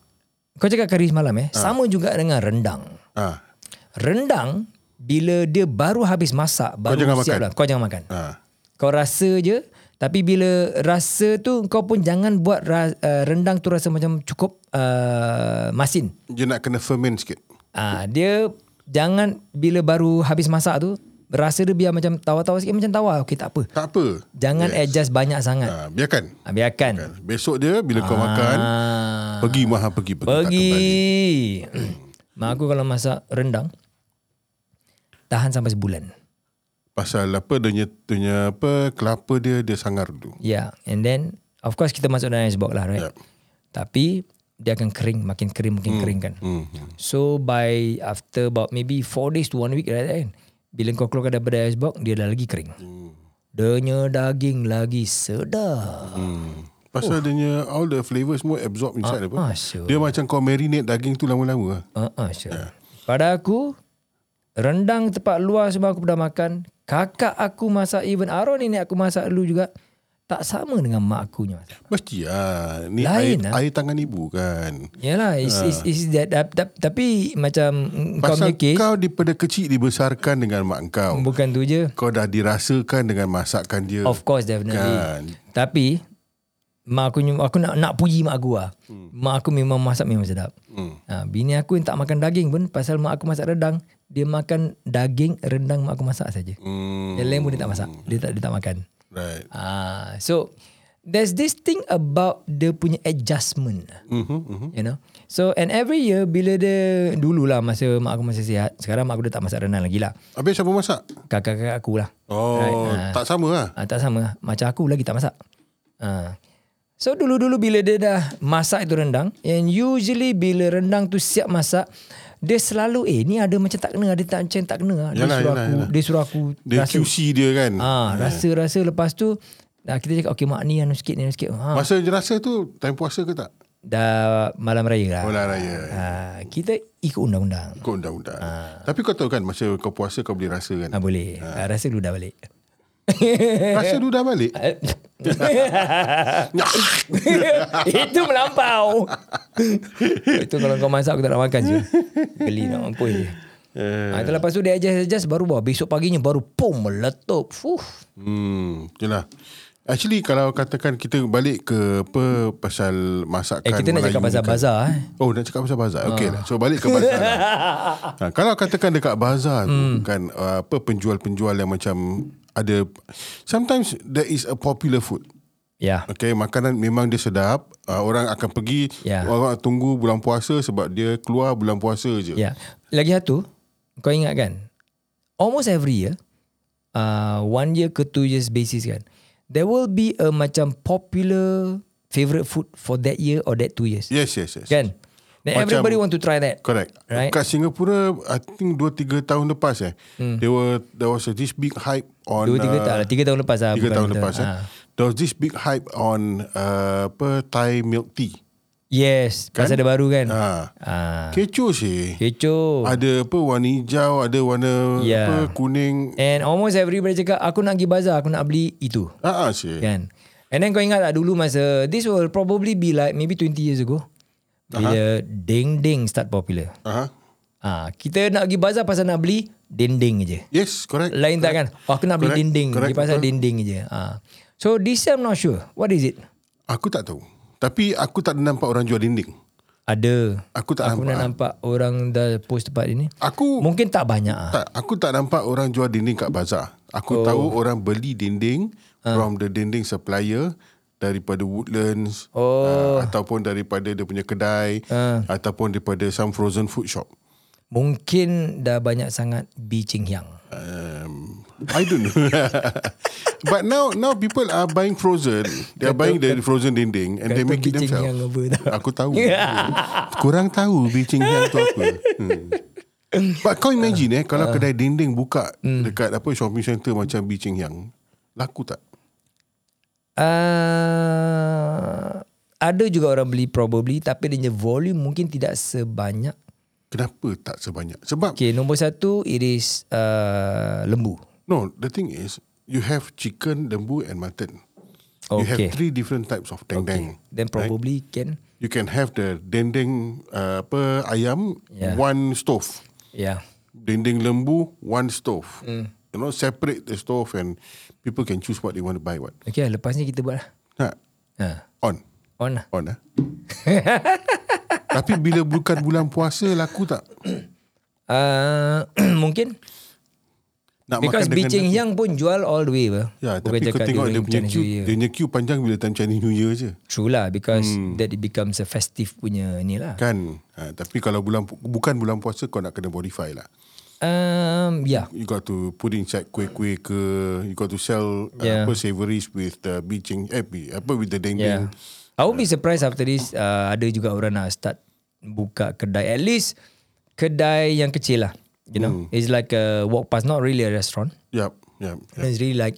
[SPEAKER 3] kau cakap kari semalam eh. Sama juga dengan rendang.
[SPEAKER 1] Ah,
[SPEAKER 3] Rendang, bila dia baru habis masak, baru
[SPEAKER 1] jangan
[SPEAKER 3] siap
[SPEAKER 1] makan.
[SPEAKER 3] Lah. Kau jangan makan.
[SPEAKER 1] ah.
[SPEAKER 3] Kau rasa je tapi bila rasa tu kau pun jangan buat ra- uh, rendang tu rasa macam cukup uh, masin.
[SPEAKER 1] Dia nak kena ferment sikit.
[SPEAKER 3] Ah uh, dia jangan bila baru habis masak tu rasa dia biar macam tawar-tawar sikit macam tawar. Okey tak apa.
[SPEAKER 1] Tak apa.
[SPEAKER 3] Jangan yes. adjust banyak sangat.
[SPEAKER 1] Ah, biarkan.
[SPEAKER 3] Uh, biarkan.
[SPEAKER 1] Besok dia bila kau makan,
[SPEAKER 3] Ah.
[SPEAKER 1] pergi maha pergi pergi. tak
[SPEAKER 3] Pergi.
[SPEAKER 1] kembali.
[SPEAKER 3] Mak aku kalau masak rendang tahan sampai sebulan.
[SPEAKER 1] Pasal apa dia punya- dia punya apa kelapa dia dia sangar dulu.
[SPEAKER 3] Yeah, Ya, and then of course kita masuk dalam icebox lah, right?
[SPEAKER 1] Yep.
[SPEAKER 3] Tapi dia akan kering, makin kering, makin kering kan.
[SPEAKER 1] Hmm.
[SPEAKER 3] So by after about maybe 4 days to 1 week right kan. Bila kau keluarkan daripada icebox, dia dah lagi kering. Hmm. Denya daging lagi sedap.
[SPEAKER 1] Hmm. Pasal dia punya all the flavour semua absorb inside apa.
[SPEAKER 3] Oh. Ah, sure.
[SPEAKER 1] Dia macam kau marinate daging tu lama-lama lah.
[SPEAKER 3] Ah, ah, sure. Pada aku, rendang tempat luar semua aku pernah makan. Kakak aku masak, even Aron nenek aku masak dulu juga. Tak sama dengan mak aku punya masak.
[SPEAKER 1] Mesti lah. Ni air,
[SPEAKER 3] Lain lah.
[SPEAKER 1] air tangan ibu kan.
[SPEAKER 3] Yalah, it's, it's, it's that, that, that, tapi macam mm, kau
[SPEAKER 1] Pasal
[SPEAKER 3] punya case,
[SPEAKER 1] kau daripada kecil dibesarkan dengan mak kau.
[SPEAKER 3] Bukan tu je.
[SPEAKER 1] Kau dah dirasakan dengan masakan dia.
[SPEAKER 3] Of course definitely.
[SPEAKER 1] Kan.
[SPEAKER 3] Tapi mak aku nyum- aku nak nak puji mak aku lah. Hmm. Mak aku memang masak memang sedap. Hmm. Ha, bini aku yang tak makan daging pun pasal mak aku masak rendang, dia makan daging rendang mak aku masak saja.
[SPEAKER 1] Hmm,
[SPEAKER 3] Yang lain pun dia tak masak. Dia tak dia tak makan.
[SPEAKER 1] right.
[SPEAKER 3] Ah, so there's this thing about dia punya adjustment.
[SPEAKER 1] Mm-hmm, mm-hmm.
[SPEAKER 3] You know? So and every year bila dia dululah masa mak aku masih sihat, sekarang mak aku dah tak masak rendang lagi lah.
[SPEAKER 1] Habis siapa masak?
[SPEAKER 3] Kakak-kakak aku lah.
[SPEAKER 1] Oh, right. tak sama lah.
[SPEAKER 3] Ha, tak sama. Macam aku lagi tak masak. Ha. So dulu-dulu bila dia dah masak itu rendang. And usually bila rendang tu siap masak. Dia selalu eh ni ada macam tak kena. Ada tak macam tak kena.
[SPEAKER 1] Yalah,
[SPEAKER 3] Dia suruh
[SPEAKER 1] yalah,
[SPEAKER 3] aku.
[SPEAKER 1] yalah.
[SPEAKER 3] Dia suruh aku
[SPEAKER 1] Dia
[SPEAKER 3] rasa.
[SPEAKER 1] QC dia kan.
[SPEAKER 3] Ha, rasa-rasa lepas tu. Dah kita cakap okay mak ni anu sikit ni anu sikit. Ha,
[SPEAKER 1] Masa dia rasa tu, time puasa ke tak?
[SPEAKER 3] dah malam raya lah.
[SPEAKER 1] Malam raya.
[SPEAKER 3] Ha, kita ikut undang-undang.
[SPEAKER 1] Kau undang-undang.
[SPEAKER 3] Ah.
[SPEAKER 1] Tapi kau tahu kan, masa kau puasa kau boleh rasa kan.
[SPEAKER 3] Ha, boleh. Ha. rasa dulu dah balik.
[SPEAKER 1] Rasa tu dah balik.
[SPEAKER 3] Eh? Itu melampau. Itu kalau kau masak aku tak nak makan je. Geli nak mampus
[SPEAKER 1] Eh.
[SPEAKER 3] je. Ha, itu lepas tu dia adjust-adjust baru bawa. Besok paginya baru pum meletup. Fuh.
[SPEAKER 1] Hmm, itulah. Actually kalau katakan kita balik ke apa pasal masakan
[SPEAKER 3] Eh kita nak
[SPEAKER 1] Melayu ni
[SPEAKER 3] cakap
[SPEAKER 1] kan.
[SPEAKER 3] bazar-bazar eh.
[SPEAKER 1] Oh nak cakap pasal bazar Okey
[SPEAKER 3] Ah.
[SPEAKER 1] lah So balik ke bazar lah. ha, Kalau katakan dekat bazar tu
[SPEAKER 3] Hmm.
[SPEAKER 1] Kan uh, Apa penjual-penjual yang macam Ada Sometimes There is a popular food
[SPEAKER 3] Ya.
[SPEAKER 1] Okay Makanan memang dia sedap uh, Orang akan pergi
[SPEAKER 3] Ya.
[SPEAKER 1] Orang akan tunggu bulan puasa Sebab dia keluar bulan puasa je
[SPEAKER 3] Ya. Lagi satu, kau ingat kan? Almost every year, uh, one year ke two years basis kan, there will be a macam popular favorite food for that year or that two years.
[SPEAKER 1] Yes yes yes
[SPEAKER 3] Kan? Then
[SPEAKER 1] Macam-
[SPEAKER 3] everybody want to try that.
[SPEAKER 1] Correct.
[SPEAKER 3] Right.
[SPEAKER 1] Right. Kat Singapura, I think 2-3 tahun lepas eh, hmm. there were there was a, this big hype on
[SPEAKER 3] Dua, tiga
[SPEAKER 1] uh,
[SPEAKER 3] tahun. Tiga tahun lepas lah.
[SPEAKER 1] tiga
[SPEAKER 3] bukan
[SPEAKER 1] tahun
[SPEAKER 3] dua
[SPEAKER 1] lepas eh.
[SPEAKER 3] Ah.
[SPEAKER 1] There was this big hype on uh, apa Thai milk tea.
[SPEAKER 3] Yes. Kan? Pasal dia baru kan. Ah.
[SPEAKER 1] Ha. Kecoh sih.
[SPEAKER 3] Kecoh.
[SPEAKER 1] Ada apa warna hijau, ada warna
[SPEAKER 3] Ya.
[SPEAKER 1] apa kuning.
[SPEAKER 3] And almost everybody cakap, aku nak pergi bazar, aku nak beli itu.
[SPEAKER 1] Ah ah sih.
[SPEAKER 3] Kan? And then kau ingat tak dulu masa, this will probably be like maybe 20 years ago. Bila ding-ding start popular.
[SPEAKER 1] Aha.
[SPEAKER 3] Ah, kita nak pergi bazar pasal nak beli dinding je.
[SPEAKER 1] Yes, correct.
[SPEAKER 3] Lain tak kan? Oh, aku nak beli
[SPEAKER 1] Correct.
[SPEAKER 3] dinding. Dia
[SPEAKER 1] Correct.
[SPEAKER 3] pasal
[SPEAKER 1] Betul.
[SPEAKER 3] dinding je. Ah. So this year I'm not sure. What is it?
[SPEAKER 1] Aku tak tahu. Tapi aku tak nampak orang jual dinding.
[SPEAKER 3] Ada.
[SPEAKER 1] Aku tak
[SPEAKER 3] Aku
[SPEAKER 1] nampak.
[SPEAKER 3] nak nampak orang dah post tempat ini.
[SPEAKER 1] Aku
[SPEAKER 3] Mungkin tak banyak ah.
[SPEAKER 1] Tak, aku tak nampak orang jual dinding kat bazar. Aku oh. tahu orang beli dinding ha.
[SPEAKER 3] Ah.
[SPEAKER 1] from the dinding supplier daripada Woodlands
[SPEAKER 3] Oh. Ah.
[SPEAKER 1] uh, ataupun daripada dia punya kedai uh. ataupun daripada some frozen food shop.
[SPEAKER 3] Mungkin dah banyak sangat bicing yang.
[SPEAKER 1] Um, I don't know. But now now people are buying frozen. They are buying the frozen dinding and they
[SPEAKER 3] Kata
[SPEAKER 1] make it
[SPEAKER 3] bicing yang
[SPEAKER 1] themselves.
[SPEAKER 3] apa Ya. tak.
[SPEAKER 1] Aku tahu. Kurang tahu bicing yang tu apa. Hmm. But kau imagine eh
[SPEAKER 3] Ah. Hmm.
[SPEAKER 1] kalau kedai dinding buka dekat apa shopping center macam bicing yang laku tak?
[SPEAKER 3] uh, ada juga orang beli probably tapi dia punya volume mungkin tidak sebanyak.
[SPEAKER 1] Kenapa tak sebanyak? Sebab
[SPEAKER 3] Okay, nombor satu it is uh, lembu.
[SPEAKER 1] No, the thing is, you have chicken, lembu, and mutton. You
[SPEAKER 3] Okay.
[SPEAKER 1] have three different types of dendeng.
[SPEAKER 3] Then probably can.
[SPEAKER 1] You can have the dendeng uh, apa ayam,
[SPEAKER 3] Yeah.
[SPEAKER 1] one stove.
[SPEAKER 3] Yeah.
[SPEAKER 1] Dendeng lembu, one stove.
[SPEAKER 3] Hmm.
[SPEAKER 1] You know, separate the stove and people can choose what they want to buy. What?
[SPEAKER 3] Okay, lepas ni kita buat lah.
[SPEAKER 1] Nah,
[SPEAKER 3] Ha,
[SPEAKER 1] on,
[SPEAKER 3] on lah.
[SPEAKER 1] on. Ah. Tapi bila bukan bulan puasa laku tak?
[SPEAKER 3] Uh, mungkin
[SPEAKER 1] Nak
[SPEAKER 3] because
[SPEAKER 1] dengan-
[SPEAKER 3] Bicing Yang pun jual all the way apa.
[SPEAKER 1] Ya, tapi kau
[SPEAKER 3] Bukan cakap
[SPEAKER 1] tengok
[SPEAKER 3] during
[SPEAKER 1] dia punya
[SPEAKER 3] Chinese
[SPEAKER 1] queue,
[SPEAKER 3] New Year.
[SPEAKER 1] dia punya queue panjang bila time Chinese New Year je.
[SPEAKER 3] True lah because
[SPEAKER 1] Hmm.
[SPEAKER 3] that it becomes a festive punya ni lah.
[SPEAKER 1] Kan? Ha, tapi kalau bulan pu- bukan bulan puasa kau nak kena modify lah.
[SPEAKER 3] Um, yeah.
[SPEAKER 1] You got to put inside kuih-kuih ke, you got to sell yeah. uh,
[SPEAKER 3] Yeah.
[SPEAKER 1] apa savories with the bicing eh bi- apa with the
[SPEAKER 3] Yeah.
[SPEAKER 1] dendeng.
[SPEAKER 3] I won't be surprised after this uh, ada juga orang nak start buka kedai. At least kedai yang kecil lah. You know,
[SPEAKER 1] Hmm.
[SPEAKER 3] it's like a walk past, not really a restaurant.
[SPEAKER 1] Yeah. Yep. Yep. yep.
[SPEAKER 3] It's really like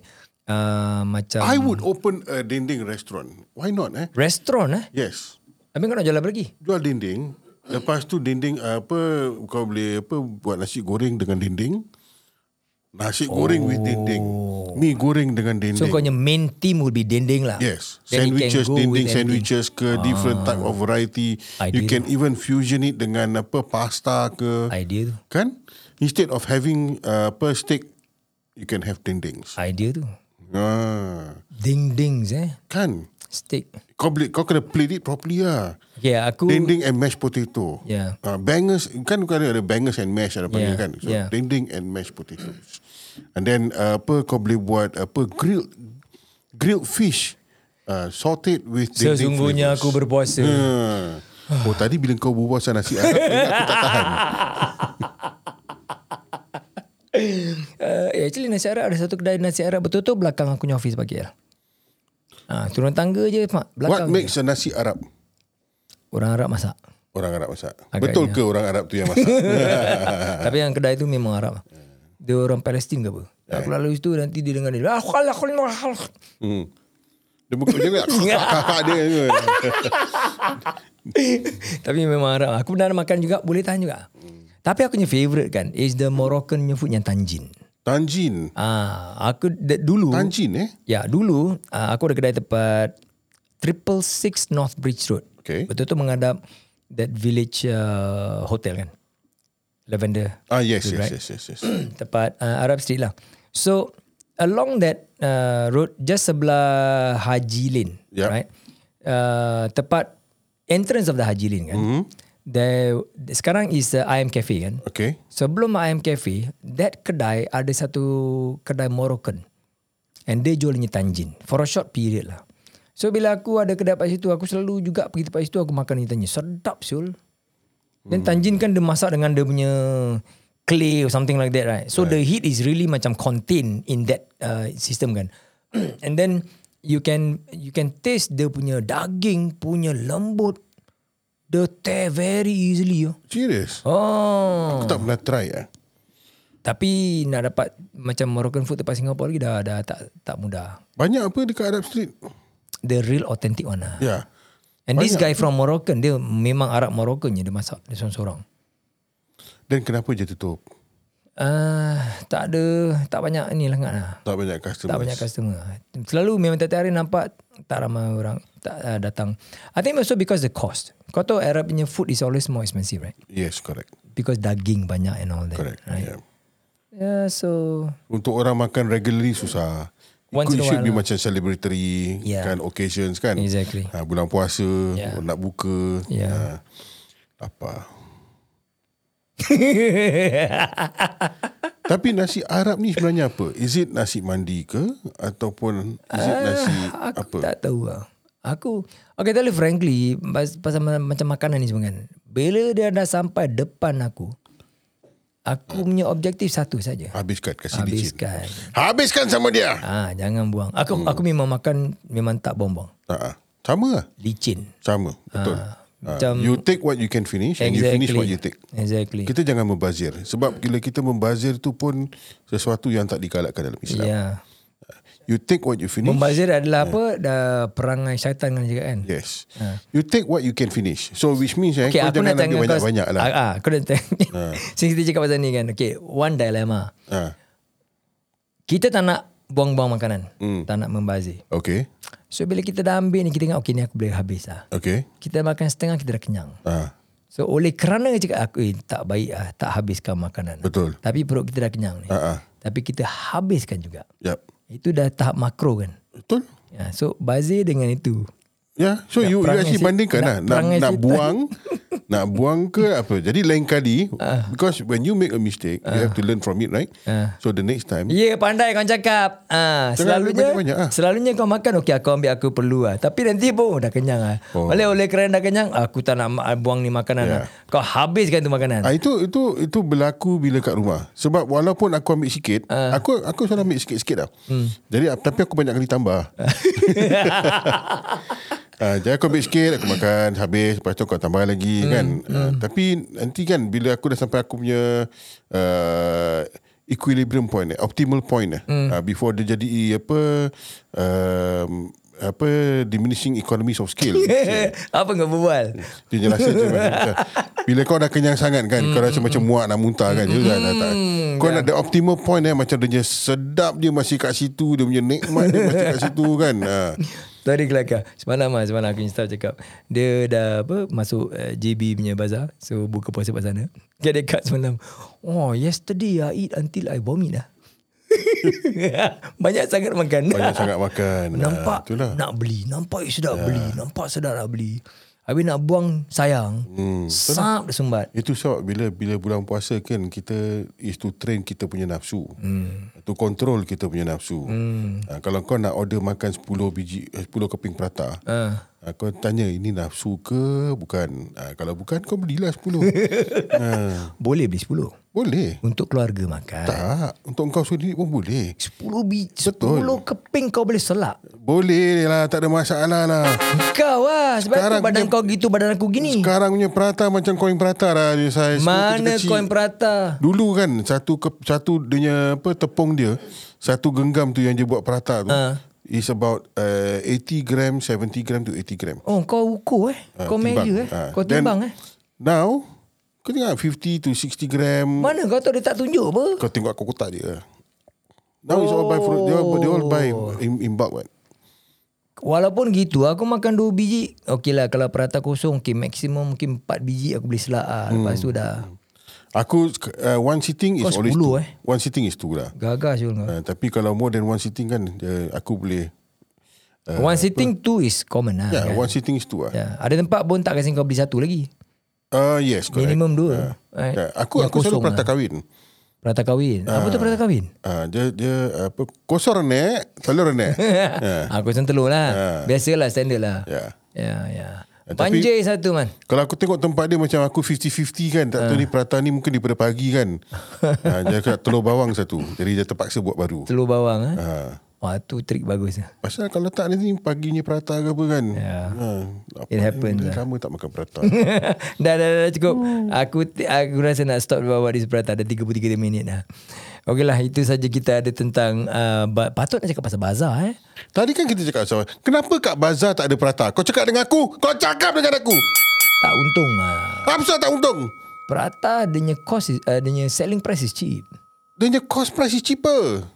[SPEAKER 3] uh, macam
[SPEAKER 1] I would open a dendeng restaurant. Why not eh?
[SPEAKER 3] restaurant eh.
[SPEAKER 1] Yes.
[SPEAKER 3] Tapi kau nak jual apa lagi?
[SPEAKER 1] Jual dendeng. Lepas tu dendeng uh, apa kau boleh apa buat nasi goreng dengan dendeng. Nasi goreng with dendeng. Mi goreng dengan dendeng.
[SPEAKER 3] Oh. So kau punya main team would be dendeng lah.
[SPEAKER 1] Yes,
[SPEAKER 3] Then it can
[SPEAKER 1] sandwiches,
[SPEAKER 3] go with Ah.
[SPEAKER 1] dinding
[SPEAKER 3] anything.
[SPEAKER 1] sandwiches ke, different type of variety.
[SPEAKER 3] Idea
[SPEAKER 1] you can even fusion it dengan apa pasta ke,
[SPEAKER 3] Idea tu.
[SPEAKER 1] kan? Instead of having uh, apa steak, you can have dindings.
[SPEAKER 3] Idea tu.
[SPEAKER 1] Ah,
[SPEAKER 3] Ding-dings eh.
[SPEAKER 1] kan?
[SPEAKER 3] Steak.
[SPEAKER 1] Kau boleh, kau kena plate it properly lah.
[SPEAKER 3] Okay, aku...
[SPEAKER 1] Dinding and mashed potato.
[SPEAKER 3] Yeah.
[SPEAKER 1] Uh, bangers, kan kau ada, ada bangers and mash ada panggil
[SPEAKER 3] Yeah,
[SPEAKER 1] kan? So,
[SPEAKER 3] yeah.
[SPEAKER 1] dinding and mashed potatoes. And then uh, apa kau boleh buat apa grilled grilled fish. Uh, sauteed with dinding
[SPEAKER 3] Sesungguhnya
[SPEAKER 1] flavours.
[SPEAKER 3] aku berpuasa.
[SPEAKER 1] Ah. Oh tadi bila kau berbual pasal nasi Arab Aku tak tahan
[SPEAKER 3] Uh, eh, actually nasi Arab ada satu kedai nasi Arab betul-betul belakang aku punya office pagi lah. Ha, turun tangga je
[SPEAKER 1] What
[SPEAKER 3] mak, belakang. je.
[SPEAKER 1] makes a nasi Arab
[SPEAKER 3] Orang Arab masak.
[SPEAKER 1] Orang Arab masak
[SPEAKER 3] Agaknya.
[SPEAKER 1] Betul ke orang Arab tu yang masak
[SPEAKER 3] Tapi yang kedai tu memang Arab. Dia orang Palestin ke apa? Aku lalu situ nanti dia dengar dia. "Ah, khal- khal- khal."
[SPEAKER 1] hmm. Dia buka macam ni Kakak dia ke?
[SPEAKER 3] Tapi memang Arab. Aku pernah makan juga, boleh tahan juga. Tapi aku punya favourite kan is the Moroccan punya food yang tanjin.
[SPEAKER 1] Tanjin
[SPEAKER 3] Ah, aku d- dulu
[SPEAKER 1] Tanjin eh
[SPEAKER 3] Ya, dulu uh, aku ada kedai tempat 666 North Bridge Road.
[SPEAKER 1] Okay.
[SPEAKER 3] Betul-betul menghadap that village uh, hotel kan. Lavender.
[SPEAKER 1] Ah yes yes, yes yes yes
[SPEAKER 3] tempat uh, Arab Street lah. So, along that uh, road, just sebelah Haji Lane,
[SPEAKER 1] Yup.
[SPEAKER 3] right? Uh, tempat entrance of the Haji Lane kan. Mm-hmm. There, sekarang is the IM Cafe kan.
[SPEAKER 1] Okay
[SPEAKER 3] Sebelum IM Cafe, that kedai ada satu kedai Moroccan. And dia jualnya tanjin. For a short period lah. So bila aku ada kedai kat situ, aku selalu juga pergi tempat situ, aku makan ni tanjin. Sedap siul. Dan tanjin kan dia masak dengan dia punya clay or something like that right. So right. the heat is really macam contained in that uh, system kan. And then you can you can taste dia punya daging punya lembut. Dia tear very easily. oh.
[SPEAKER 1] Serious
[SPEAKER 3] Oh.
[SPEAKER 1] Aku tak pernah try ah.
[SPEAKER 3] Tapi nak dapat macam Moroccan food tempat Singapura lagi dah dah tak tak mudah.
[SPEAKER 1] Banyak apa dekat Arab Street
[SPEAKER 3] The real authentic one lah.
[SPEAKER 1] Ya yeah.
[SPEAKER 3] And this guy from Moroccan, dia memang Arab Moroccan je dia masak dia seorang-seorang.
[SPEAKER 1] Dan kenapa je tutup
[SPEAKER 3] Uh, tak ada tak banyak ni lah lah.
[SPEAKER 1] Tak banyak
[SPEAKER 3] Tak
[SPEAKER 1] customer
[SPEAKER 3] banyak customer. Selalu memang tiap hari nampak tak ramai orang tak uh, datang. I think also because the cost. Kau tahu Arab punya food is always more expensive right?
[SPEAKER 1] Yes correct
[SPEAKER 3] Because daging banyak and all that.
[SPEAKER 1] Correct
[SPEAKER 3] Right?
[SPEAKER 1] yeah.
[SPEAKER 3] Yeah, so
[SPEAKER 1] Untuk orang makan regularly susah. Once
[SPEAKER 3] Once in a
[SPEAKER 1] It should
[SPEAKER 3] while Ya.
[SPEAKER 1] be
[SPEAKER 3] lah.
[SPEAKER 1] macam celebratory
[SPEAKER 3] Yeah.
[SPEAKER 1] kan occasions kan.
[SPEAKER 3] Exactly.
[SPEAKER 1] Ha, bulan puasa, yeah.
[SPEAKER 3] Yeah.
[SPEAKER 1] nak buka.
[SPEAKER 3] Yeah.
[SPEAKER 1] Ha, apa. Tapi nasi Arab ni sebenarnya apa? Is it nasi mandi ke ataupun is it nasi
[SPEAKER 3] Aku
[SPEAKER 1] apa?
[SPEAKER 3] tak tahu lah. Aku, okay tell you frankly, pas- pasal ma- macam makanan ni semua kan. Bila dia dah sampai depan aku, aku
[SPEAKER 1] Hmm.
[SPEAKER 3] punya objektif satu saja.
[SPEAKER 1] Habiskan kasih licin.
[SPEAKER 3] Habiskan.
[SPEAKER 1] Habiskan sama dia.
[SPEAKER 3] Ah, jangan buang. Aku hmm. aku memang makan memang tak buang-buang.
[SPEAKER 1] Ha. Sama lah.
[SPEAKER 3] Licin.
[SPEAKER 1] Sama. Betul. Ha.
[SPEAKER 3] Ah. macam-
[SPEAKER 1] you take what you can finish and you finish what you take.
[SPEAKER 3] Exactly.
[SPEAKER 1] Kita jangan membazir
[SPEAKER 3] Hmm.
[SPEAKER 1] sebab bila kita membazir tu pun sesuatu yang tak digalakkan dalam Islam. Ah,
[SPEAKER 3] Yeah.
[SPEAKER 1] You take what you finish.
[SPEAKER 3] Membazir Ya. adalah apa? Dah perangai syaitan kan juga kan.
[SPEAKER 1] Yes. You take what you can finish. So which means eh,
[SPEAKER 3] Okay,
[SPEAKER 1] kau
[SPEAKER 3] aku
[SPEAKER 1] jangan
[SPEAKER 3] nak
[SPEAKER 1] ambil
[SPEAKER 3] tanya kau.
[SPEAKER 1] banyak-banyak lah.
[SPEAKER 3] Ah, ah, aku nak tanya. Since kita cakap pasal ni kan. Okay, one dilemma.
[SPEAKER 1] Ah,
[SPEAKER 3] Kita tak nak buang-buang makanan. Tak nak membazir.
[SPEAKER 1] okay.
[SPEAKER 3] So bila kita dah ambil ni, kita ingat okay ni aku boleh habis lah.
[SPEAKER 1] Okay.
[SPEAKER 3] Kita makan setengah, kita dah kenyang.
[SPEAKER 1] Ah,
[SPEAKER 3] So oleh kerana cakap aku, eh, tak baik lah, tak habiskan makanan. lah."
[SPEAKER 1] Betul.
[SPEAKER 3] Tapi perut kita dah kenyang ni.
[SPEAKER 1] Ah, ah.
[SPEAKER 3] Tapi kita habiskan juga.
[SPEAKER 1] yep.
[SPEAKER 3] Itu dah tahap makro kan.
[SPEAKER 1] Betul.
[SPEAKER 3] Ya, so bazir dengan itu.
[SPEAKER 1] Ya, yeah. so you, you
[SPEAKER 3] perangai
[SPEAKER 1] actually
[SPEAKER 3] si-
[SPEAKER 1] bandingkan
[SPEAKER 3] nak
[SPEAKER 1] lah. Nak,
[SPEAKER 3] perangai
[SPEAKER 1] nak
[SPEAKER 3] si-
[SPEAKER 1] buang, nak buang ke apa. Jadi lain kali,
[SPEAKER 3] Ah.
[SPEAKER 1] uh. because when you make a mistake, uh. you have to learn from it, right? Uh. So the next time,
[SPEAKER 3] Ya yeah, pandai kau cakap.
[SPEAKER 1] Jangan ambil
[SPEAKER 3] Ah, selalunya
[SPEAKER 1] banyak-banyak ah.
[SPEAKER 3] selalunya kau makan okey aku ambil aku perlu ah. Tapi nanti pun oh, dah kenyang ah.
[SPEAKER 1] Oh.
[SPEAKER 3] Oh. Oleh oleh kerana dah kenyang aku tak nak ma- buang ni makanan
[SPEAKER 1] Yeah.
[SPEAKER 3] yeah. lah. Kau habiskan tu makanan.
[SPEAKER 1] Ah itu itu itu berlaku bila kat rumah. Sebab walaupun aku ambil sikit, uh. aku aku selalu ambil sikit-sikit tau. Hmm. Jadi ap- tapi aku banyak kali tambah. Ah, jadi aku ambil sikit, aku makan habis, lepas tu kau tambah lagi hmm. kan. Ah, tapi nanti kan bila aku dah sampai aku punya uh, equilibrium point, eh, optimal point eh, ah, before dia jadi apa um, apa diminishing economies of scale.
[SPEAKER 3] Apa kau berbual?
[SPEAKER 1] Dia jelaskan je macam Bila kau dah kenyang sangat kan Kau rasa macam muak nak muntah kan Dia dah, dah, tak. Kau nak the optimal point eh Macam dia punya sedap dia masih kat situ Dia punya nikmat dia masih kat situ kan ha.
[SPEAKER 3] Tadi kelakar Semalam lah Semalam aku install cakap Dia dah apa Masuk uh, JB punya bazar So buka puasa kat sana Dia dekat semalam Oh yesterday I eat until I vomit lah Banyak sangat makan
[SPEAKER 1] Banyak sangat makan Ah,
[SPEAKER 3] Nampak
[SPEAKER 1] Itulah Ya.
[SPEAKER 3] nak beli Nampak sedap yeah. beli Nampak sedap nak beli Habis nak buang sayang hmm, Sap dah sumbat
[SPEAKER 1] Itu sebab bila bila bulan puasa kan kita is to train kita punya nafsu. Hmm. To control kita punya nafsu. Hmm. Ha, kalau kau nak order makan 10 biji eh, 10 keping prata. Uh. Ha, kau tanya ini nafsu ke bukan? Ha, kalau bukan kau belilah 10. ha,
[SPEAKER 3] Boleh beli 10
[SPEAKER 1] boleh.
[SPEAKER 3] Untuk keluarga makan
[SPEAKER 1] Tak, untuk kau sendiri pun boleh.
[SPEAKER 3] 10 biji 10 keping kau boleh selak
[SPEAKER 1] Boleh lah, tak ada masalah lah.
[SPEAKER 3] Kau lah Sebab
[SPEAKER 1] Sekarang
[SPEAKER 3] tu badan
[SPEAKER 1] punya-
[SPEAKER 3] kau gitu Badan aku gini
[SPEAKER 1] Sekarang punya prata macam koin prata lah dia saiz.
[SPEAKER 3] Mana koin prata?
[SPEAKER 1] Dulu kan satu ke, satu dia punya apa tepung dia, satu genggam tu yang dia buat prata tu.
[SPEAKER 3] Ah.
[SPEAKER 1] Uh. Is about uh, 80 gram, 70 gram to 80 gram.
[SPEAKER 3] Oh, kau ukur eh.
[SPEAKER 1] Ah,
[SPEAKER 3] kau
[SPEAKER 1] timbang.
[SPEAKER 3] measure eh.
[SPEAKER 1] Ah,
[SPEAKER 3] Kau timbang
[SPEAKER 1] then,
[SPEAKER 3] eh.
[SPEAKER 1] Now, kau tengok 50 to 60 gram.
[SPEAKER 3] Mana kau tahu dia tak tunjuk apa?
[SPEAKER 1] Kau tengok aku kotak dia. Now oh. it's all by fruit. They all, they all buy in, in bulk kan.
[SPEAKER 3] Walaupun gitu, aku makan 2 biji. Okey lah, kalau perata kosong, okay, maksimum mungkin 4 biji aku boleh selak. Ah.
[SPEAKER 1] Hmm.
[SPEAKER 3] Lepas tu dah
[SPEAKER 1] Aku uh, one sitting is
[SPEAKER 3] Kau
[SPEAKER 1] always
[SPEAKER 3] 10
[SPEAKER 1] two.
[SPEAKER 3] eh.
[SPEAKER 1] One sitting is two lah.
[SPEAKER 3] gagal siul kau.
[SPEAKER 1] Uh, tapi kalau more than one sitting kan dia, aku boleh ah,
[SPEAKER 3] One sitting, two is common lah.
[SPEAKER 1] yeah,
[SPEAKER 3] kan?
[SPEAKER 1] one sitting is two lah. Yeah.
[SPEAKER 3] Ya. Ada tempat pun tak kasi kau beli satu lagi.
[SPEAKER 1] Uh, yes correct.
[SPEAKER 3] Minimum dua. Right.
[SPEAKER 1] Yeah, aku
[SPEAKER 3] Yang
[SPEAKER 1] aku selalu
[SPEAKER 3] kosong lah.
[SPEAKER 1] perata kahwin.
[SPEAKER 3] Perata kahwin. Apa tu perata kahwin?
[SPEAKER 1] Uh, dia dia apa kosor renek, telur renek. Ya.
[SPEAKER 3] Aku macam telur lah.
[SPEAKER 1] Ah.
[SPEAKER 3] Biasalah, standard lah.
[SPEAKER 1] yeah.
[SPEAKER 3] Ya, ya.
[SPEAKER 1] tapi-
[SPEAKER 3] Banjir satu man.
[SPEAKER 1] Kalau aku tengok tempat dia macam aku 50-50 kan. Tak
[SPEAKER 3] Ah.
[SPEAKER 1] tahu ni perata ni mungkin daripada pagi kan. uh, dia kat telur bawang satu. Jadi dia terpaksa buat baru.
[SPEAKER 3] Telur bawang. Ha?
[SPEAKER 1] Uh,
[SPEAKER 3] Wah, tu trik bagus. lah.
[SPEAKER 1] pasal kalau tak nanti paginya perata ke apa kan.
[SPEAKER 3] Yeah.
[SPEAKER 1] Uh, apa,
[SPEAKER 3] It happens lah.
[SPEAKER 1] Dah lama tak makan perata.
[SPEAKER 3] dah, dah, dah, dah cukup. Aku aku rasa nak stop bawa di Prata. Dah 33 minit dah. Okey lah, itu saja kita ada tentang uh, ba- patut nak cakap pasal bazar eh.
[SPEAKER 1] Tadi kan kita cakap pasal Kenapa kat bazar tak ada prata Kau cakap dengan aku Kau cakap dengan aku
[SPEAKER 3] Tak untung lah.
[SPEAKER 1] Apa pasal tak untung
[SPEAKER 3] Prata adanya cost is, adanya selling price is cheap.
[SPEAKER 1] Dia punya cost price is cheaper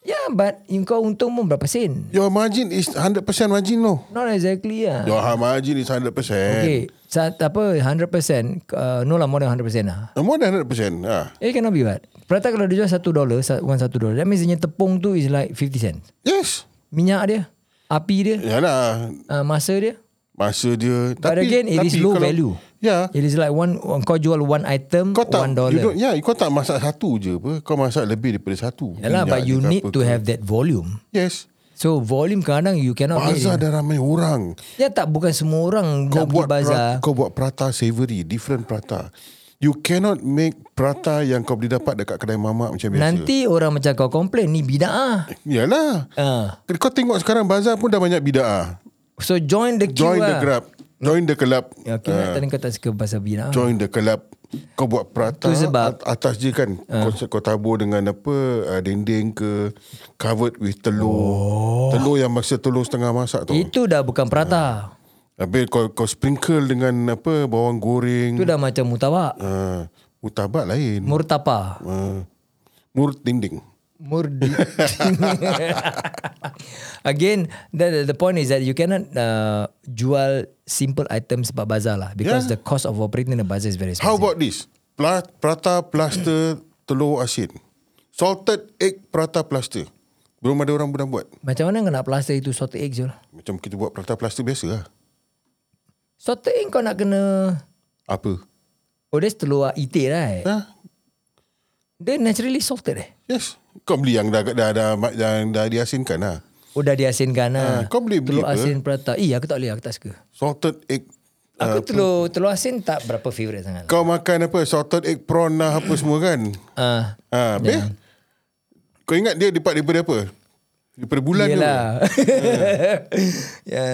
[SPEAKER 3] Yeah, but you kau untung pun berapa sen?
[SPEAKER 1] Your margin is 100% margin no
[SPEAKER 3] Not exactly lah.
[SPEAKER 1] Your margin is 100% okay.
[SPEAKER 3] Okay, saat apa 100% uh, no lah more than 100% lah.
[SPEAKER 1] More than 100% ah.
[SPEAKER 3] It cannot be what. Prata kalau dia jual 1 dollar, one 1 dollar. That means dia punya tepung tu is like 50 cents.
[SPEAKER 1] Yes
[SPEAKER 3] Minyak dia, api dia,
[SPEAKER 1] Yalah
[SPEAKER 3] uh, masa dia.
[SPEAKER 1] Masa dia
[SPEAKER 3] But again, it is low value.
[SPEAKER 1] Ya yeah,
[SPEAKER 3] It is like one kau jual one item
[SPEAKER 1] Kau tak
[SPEAKER 3] one
[SPEAKER 1] you don't,
[SPEAKER 3] dollar.
[SPEAKER 1] yeah, Kau tak masak satu je apa Kau masak lebih daripada satu Minyak
[SPEAKER 3] Yalah, Ya lah, but you
[SPEAKER 1] ke
[SPEAKER 3] need
[SPEAKER 1] apa
[SPEAKER 3] to
[SPEAKER 1] ke.
[SPEAKER 3] have that volume.
[SPEAKER 1] Yes
[SPEAKER 3] So volume kadang you cannot get
[SPEAKER 1] Bazar
[SPEAKER 3] it.
[SPEAKER 1] dah ramai orang
[SPEAKER 3] Ya tak bukan semua orang
[SPEAKER 1] kau
[SPEAKER 3] nak pergi
[SPEAKER 1] buat
[SPEAKER 3] bazar.
[SPEAKER 1] Prata, kau buat prata savory, different prata. You cannot make prata yang kau boleh dapat dekat kedai mamak macam biasa. Eh.
[SPEAKER 3] Nanti orang macam kau complain ni bid'ah.
[SPEAKER 1] Yalah.
[SPEAKER 3] Ah.
[SPEAKER 1] Kau tengok sekarang bazar pun dah banyak bid'ah.
[SPEAKER 3] So join the queue
[SPEAKER 1] Join
[SPEAKER 3] lah.
[SPEAKER 1] the grab. Join the club.
[SPEAKER 3] Ya, okay, nak tanya kau tak suka pasal bid'ah.
[SPEAKER 1] Join the club. Kau buat prata
[SPEAKER 3] Tu sebab- Ah.
[SPEAKER 1] at- Atas je kan uh. kau, kau tabur dengan apa uh, Dinding ke Covered with telur oh. Telur yang masa telur setengah masak tu It...
[SPEAKER 3] Itu dah bukan prata.
[SPEAKER 1] Eh. Habis kau, kau sprinkle dengan apa Bawang goreng
[SPEAKER 3] Itu dah macam mutawak.
[SPEAKER 1] uh, Utabak lain
[SPEAKER 3] Murtapa.
[SPEAKER 1] uh, Mur dinding
[SPEAKER 3] Murdi. Again, the, the point is that you cannot uh, jual simple items sebab bazar lah. Because yeah. the cost of operating the bazar is very
[SPEAKER 1] How
[SPEAKER 3] expensive.
[SPEAKER 1] about this? Pla- Prata plaster telur asin. Salted egg prata plaster. Belum ada orang pernah buat.
[SPEAKER 3] Macam mana kau nak plaster itu salted egg je lah.
[SPEAKER 1] Macam kita buat prata plaster biasa lah.
[SPEAKER 3] Salted egg kau nak kena...
[SPEAKER 1] Apa?
[SPEAKER 3] Oh, that's telur itik right?
[SPEAKER 1] Ha?
[SPEAKER 3] Dia naturally salted eh.
[SPEAKER 1] Yes. Kau beli yang dah dah dah, dah, dah, dah diasinkan lah.
[SPEAKER 3] Oh, dah diasinkan lah.
[SPEAKER 1] Ah, kau boleh beli
[SPEAKER 3] Telur
[SPEAKER 1] apa?
[SPEAKER 3] asin prata. Eh, aku tak boleh. Aku tak suka.
[SPEAKER 1] Salted egg.
[SPEAKER 3] Aku telur, telur asin tak berapa favourite sangat.
[SPEAKER 1] Ah,
[SPEAKER 3] lah.
[SPEAKER 1] Kau makan apa? Salted egg prawn lah apa semua kan?
[SPEAKER 3] Ah,
[SPEAKER 1] Ha, yeah. Kau ingat dia dapat daripada apa? Daripada bulan tu.
[SPEAKER 3] yelah. ya,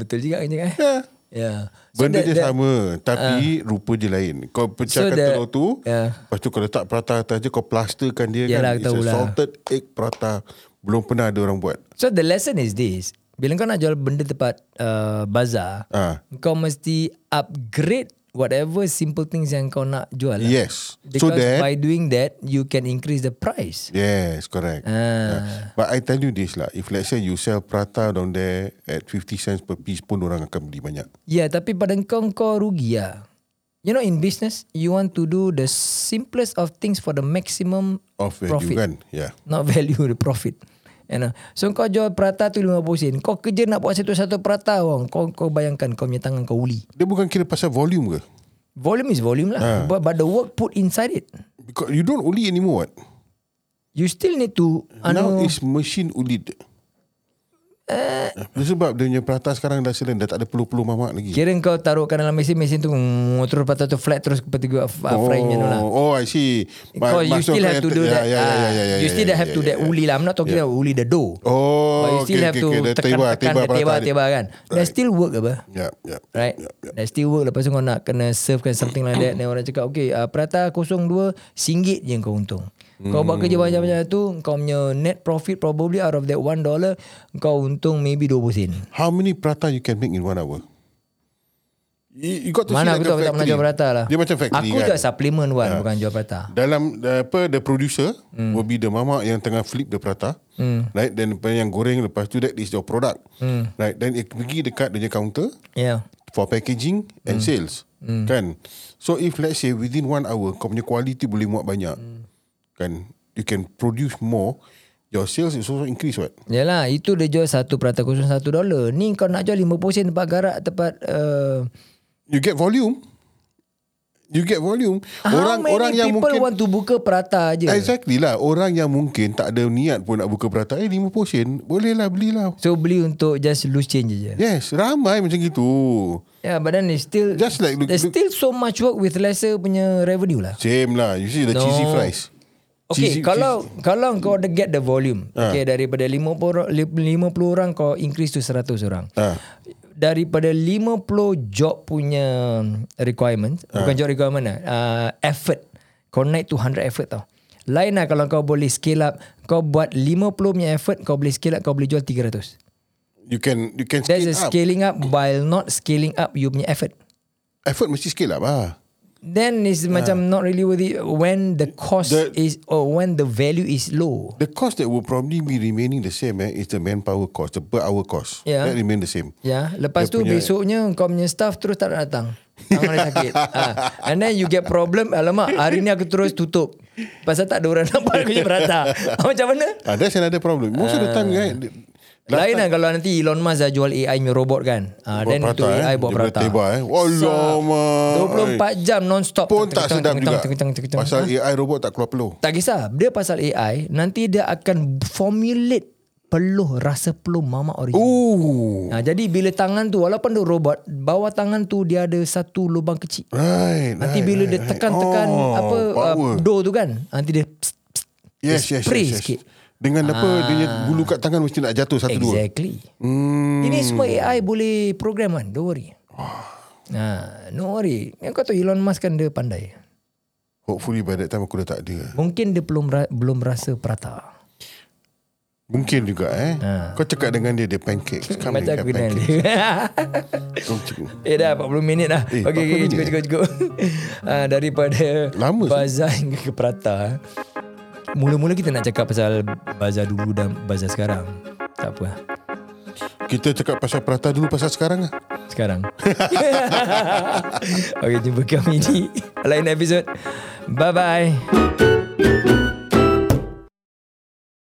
[SPEAKER 3] betul juga kan Jack, eh.
[SPEAKER 1] Ah. Ya.
[SPEAKER 3] Ya. So
[SPEAKER 1] Benda
[SPEAKER 3] that-
[SPEAKER 1] dia
[SPEAKER 3] that- Ah.
[SPEAKER 1] sama Tapi rupa dia lain Kau pecahkan
[SPEAKER 3] So the-
[SPEAKER 1] telur tu
[SPEAKER 3] yeah.
[SPEAKER 1] Lepas tu kau letak prata atas je Kau plasterkan dia
[SPEAKER 3] Yalah,
[SPEAKER 1] kan
[SPEAKER 3] aku tahulah.
[SPEAKER 1] salted egg prata Belum pernah ada orang buat
[SPEAKER 3] So the lesson is this. Bila kau nak jual benda tempat uh, bazar,
[SPEAKER 1] Ah.
[SPEAKER 3] kau mesti upgrade whatever simple things yang kau nak jual. lah.
[SPEAKER 1] Yes So
[SPEAKER 3] Because
[SPEAKER 1] that
[SPEAKER 3] by doing that, you can increase the price.
[SPEAKER 1] Yes correct
[SPEAKER 3] Ah.
[SPEAKER 1] But I tell you this lah If let's say you sell prata down there At 50 cents per piece pun Orang akan beli banyak
[SPEAKER 3] Ya, yeah, tapi pada kau, kau rugi lah. You know, in business, you want to do the simplest of things for the maximum
[SPEAKER 1] Of
[SPEAKER 3] profit.
[SPEAKER 1] value kan Yeah
[SPEAKER 3] Not value, the profit. And, uh, so kau jual prata tu 50 sen. Kau kerja nak buat satu-satu prata orang. Kau, kau bayangkan kau punya tangan kau uli.
[SPEAKER 1] Dia bukan kira pasal volume ke
[SPEAKER 3] Volume is volume
[SPEAKER 1] Ah.
[SPEAKER 3] lah. But, but the work put inside it.
[SPEAKER 1] Because you don't uli anymore what
[SPEAKER 3] You still need to
[SPEAKER 1] Now
[SPEAKER 3] anu,
[SPEAKER 1] is machine ulid
[SPEAKER 3] eh,
[SPEAKER 1] uh, Sebab dia punya prata sekarang dah selain Dah tak ada peluh-peluh mamak lagi
[SPEAKER 3] Kira kau taruhkan dalam mesin Mesin tu mm, Terus patah tu flat Terus seperti gua uh, frying oh. tu lah
[SPEAKER 1] Oh, I see. Ma-
[SPEAKER 3] Because you
[SPEAKER 1] masuk
[SPEAKER 3] still have to
[SPEAKER 1] kereta-
[SPEAKER 3] do that Ah,
[SPEAKER 1] Ya, ya, ya, ya, ya,
[SPEAKER 3] You
[SPEAKER 1] ya,
[SPEAKER 3] still
[SPEAKER 1] ya,
[SPEAKER 3] have
[SPEAKER 1] ya,
[SPEAKER 3] to
[SPEAKER 1] ya,
[SPEAKER 3] that
[SPEAKER 1] ya.
[SPEAKER 3] uli lah I'm not talking about uli the dough
[SPEAKER 1] Oh,
[SPEAKER 3] But you still
[SPEAKER 1] okay,
[SPEAKER 3] have
[SPEAKER 1] okay,
[SPEAKER 3] to
[SPEAKER 1] okay. Dia
[SPEAKER 3] tekan, tekan,
[SPEAKER 1] tiba,
[SPEAKER 3] tekan, tiba,
[SPEAKER 1] perata
[SPEAKER 3] tiba
[SPEAKER 1] dia.
[SPEAKER 3] kan. That still work apa?
[SPEAKER 1] Ya, ya.
[SPEAKER 3] Right?
[SPEAKER 1] Ya, ya.
[SPEAKER 3] That still work. Lepas tu kau nak kena servekan something like that. Dan orang cakap, okay, uh, Prata 02, singgit je kau untung. Kau buat kerja banyak-banyak tu, kau punya net profit probably out of that $1, kau untung maybe 20 sen.
[SPEAKER 1] How many prata you can make in one hour? You, you got to
[SPEAKER 3] Mana aku
[SPEAKER 1] see
[SPEAKER 3] tahu
[SPEAKER 1] like a
[SPEAKER 3] aku tak pernah jual
[SPEAKER 1] factory.
[SPEAKER 3] Prata lah.
[SPEAKER 1] Dia macam factory
[SPEAKER 3] Aku
[SPEAKER 1] kan.
[SPEAKER 3] jual supplement one, bukan jual Prata.
[SPEAKER 1] dalam uh, apa the producer mm.
[SPEAKER 3] Hmm.
[SPEAKER 1] will be the mama yang tengah flip the prata mm. right then apa yang goreng lepas tu that is your product mm.
[SPEAKER 3] Hmm.
[SPEAKER 1] right then it pergi dekat dia punya counter
[SPEAKER 3] Yeah.
[SPEAKER 1] for packaging and
[SPEAKER 3] Hmm.
[SPEAKER 1] sales mm. kan so if let's say within one hour kau punya quality boleh muat banyak
[SPEAKER 3] Hmm.
[SPEAKER 1] mm. kan you can produce more your sales is also increase what
[SPEAKER 3] Yalah, itu dia jual satu Prata 01 dolar. Ni kau nak jual 50 sen tempat garak, tempat... Uh,
[SPEAKER 1] you get volume you get volume
[SPEAKER 3] How many people want to buka Prata je?
[SPEAKER 1] Exactly lah Orang yang mungkin Tak ada niat pun Nak buka perata Eh 50 sen Boleh lah belilah
[SPEAKER 3] So beli untuk just loose change je. Yeah,
[SPEAKER 1] Yes, ramai macam gitu.
[SPEAKER 3] yeah but then it's still
[SPEAKER 1] Just like look-
[SPEAKER 3] there's
[SPEAKER 1] look-
[SPEAKER 3] still so much work with lesser punya revenue lah.
[SPEAKER 1] Same lah. You see the
[SPEAKER 3] No.
[SPEAKER 1] no. cheesy fries.
[SPEAKER 3] Okay,
[SPEAKER 1] Cheesy-
[SPEAKER 3] kalau kalau kau ada get the volume,
[SPEAKER 1] Ah.
[SPEAKER 3] ha. okay daripada 50 orang- 50 orang kau increase to 100 orang.
[SPEAKER 1] Ah.
[SPEAKER 3] Daripada 50 job punya requirement,
[SPEAKER 1] Ha.
[SPEAKER 3] bukan job requirement lah, uh, effort. Kau naik to 100 effort tau. Lain lah kalau kau boleh scale up, kau buat 50 punya effort, kau boleh scale up, kau boleh jual 300.
[SPEAKER 1] You can you can
[SPEAKER 3] That's
[SPEAKER 1] scale
[SPEAKER 3] a
[SPEAKER 1] up.
[SPEAKER 3] scaling up while not scaling up you punya effort.
[SPEAKER 1] Effort mesti scale up lah.
[SPEAKER 3] then it's macam not really worth it when the cost
[SPEAKER 1] Ha. The-
[SPEAKER 3] is or when the value is low.
[SPEAKER 1] The cost that will probably be remaining the same eh, is the manpower cost, the per hour cost.
[SPEAKER 3] Yeah.
[SPEAKER 1] That remain the same.
[SPEAKER 3] Ya, yeah. lepas
[SPEAKER 1] Dia
[SPEAKER 3] tu
[SPEAKER 1] punya-
[SPEAKER 3] besoknya kau punya staff terus tak nak datang. Tangan dia sakit. ha. And then you get problem, alamak hari ni aku terus tutup. Pasal tak ada orang nak buat kerja berata. Macam mana?
[SPEAKER 1] Ah, that's another problem. Most of the
[SPEAKER 3] Ah.
[SPEAKER 1] time, right? the- last
[SPEAKER 3] Lain
[SPEAKER 1] time-
[SPEAKER 3] lah kalau nanti Elon Musk dah jual AI punya robot kan. Ha,
[SPEAKER 1] Buat
[SPEAKER 3] then
[SPEAKER 1] prata,
[SPEAKER 3] itu AI
[SPEAKER 1] eh.
[SPEAKER 3] buat
[SPEAKER 1] Dia boleh
[SPEAKER 3] berata.
[SPEAKER 1] tebak, eh. Alamak.
[SPEAKER 3] 24 jam non-stop.
[SPEAKER 1] Pun tak sedap
[SPEAKER 3] Teng-teng-teng,
[SPEAKER 1] juga.
[SPEAKER 3] teng-teng-teng-teng.
[SPEAKER 1] Pasal AI robot tak keluar peluh.
[SPEAKER 3] Ha? Tak kisah. Dia pasal AI, nanti dia akan formulate peluh rasa peluh mama original.
[SPEAKER 1] Ooh.
[SPEAKER 3] Nah, Ha, jadi bila tangan tu walaupun dia robot, bawah tangan tu dia ada satu lubang kecil.
[SPEAKER 1] Right.
[SPEAKER 3] Nanti
[SPEAKER 1] right,
[SPEAKER 3] bila
[SPEAKER 1] right,
[SPEAKER 3] dia
[SPEAKER 1] right.
[SPEAKER 3] tekan-tekan
[SPEAKER 1] Oh,
[SPEAKER 3] apa
[SPEAKER 1] power.
[SPEAKER 3] uh, dough tu kan, nanti dia pss, pss, dia
[SPEAKER 1] Yes, yes,
[SPEAKER 3] spray
[SPEAKER 1] yes, yes.
[SPEAKER 3] sikit. Ah.
[SPEAKER 1] Dengan apa dia punya bulu kat tangan mesti nak jatuh satu dua.
[SPEAKER 3] Exactly. Hmm. Ini semua AI boleh Ha, program kan, don't worry. Nah, no worry. Yang kau tahu Elon Musk kan dia pandai.
[SPEAKER 1] Hopefully by that time aku dah tak ada.
[SPEAKER 3] Mungkin dia belum ra- belum rasa prata.
[SPEAKER 1] Mungkin juga eh. Ha. Kau cakap dengan dia, dia pancake. Come
[SPEAKER 3] Macam
[SPEAKER 1] and
[SPEAKER 3] Ah. aku
[SPEAKER 1] get
[SPEAKER 3] kenal
[SPEAKER 1] pancake.
[SPEAKER 3] dia.
[SPEAKER 1] Kau cakap,
[SPEAKER 3] Eh dah 40 minit dah. Eh,
[SPEAKER 1] Eh, 40
[SPEAKER 3] okay, okay, cukup,
[SPEAKER 1] minit.
[SPEAKER 3] cukup, cukup. uh, daripada
[SPEAKER 1] Lama,
[SPEAKER 3] bazar hingga ke Prata. ah. Mula-mula kita nak cakap pasal bazar dulu dan bazar sekarang. Tak apa.
[SPEAKER 1] Kita cakap pasal prata dulu, pasal sekarang lah.
[SPEAKER 3] Sekarang. okay, jumpa kami di lain episod. Bye-bye.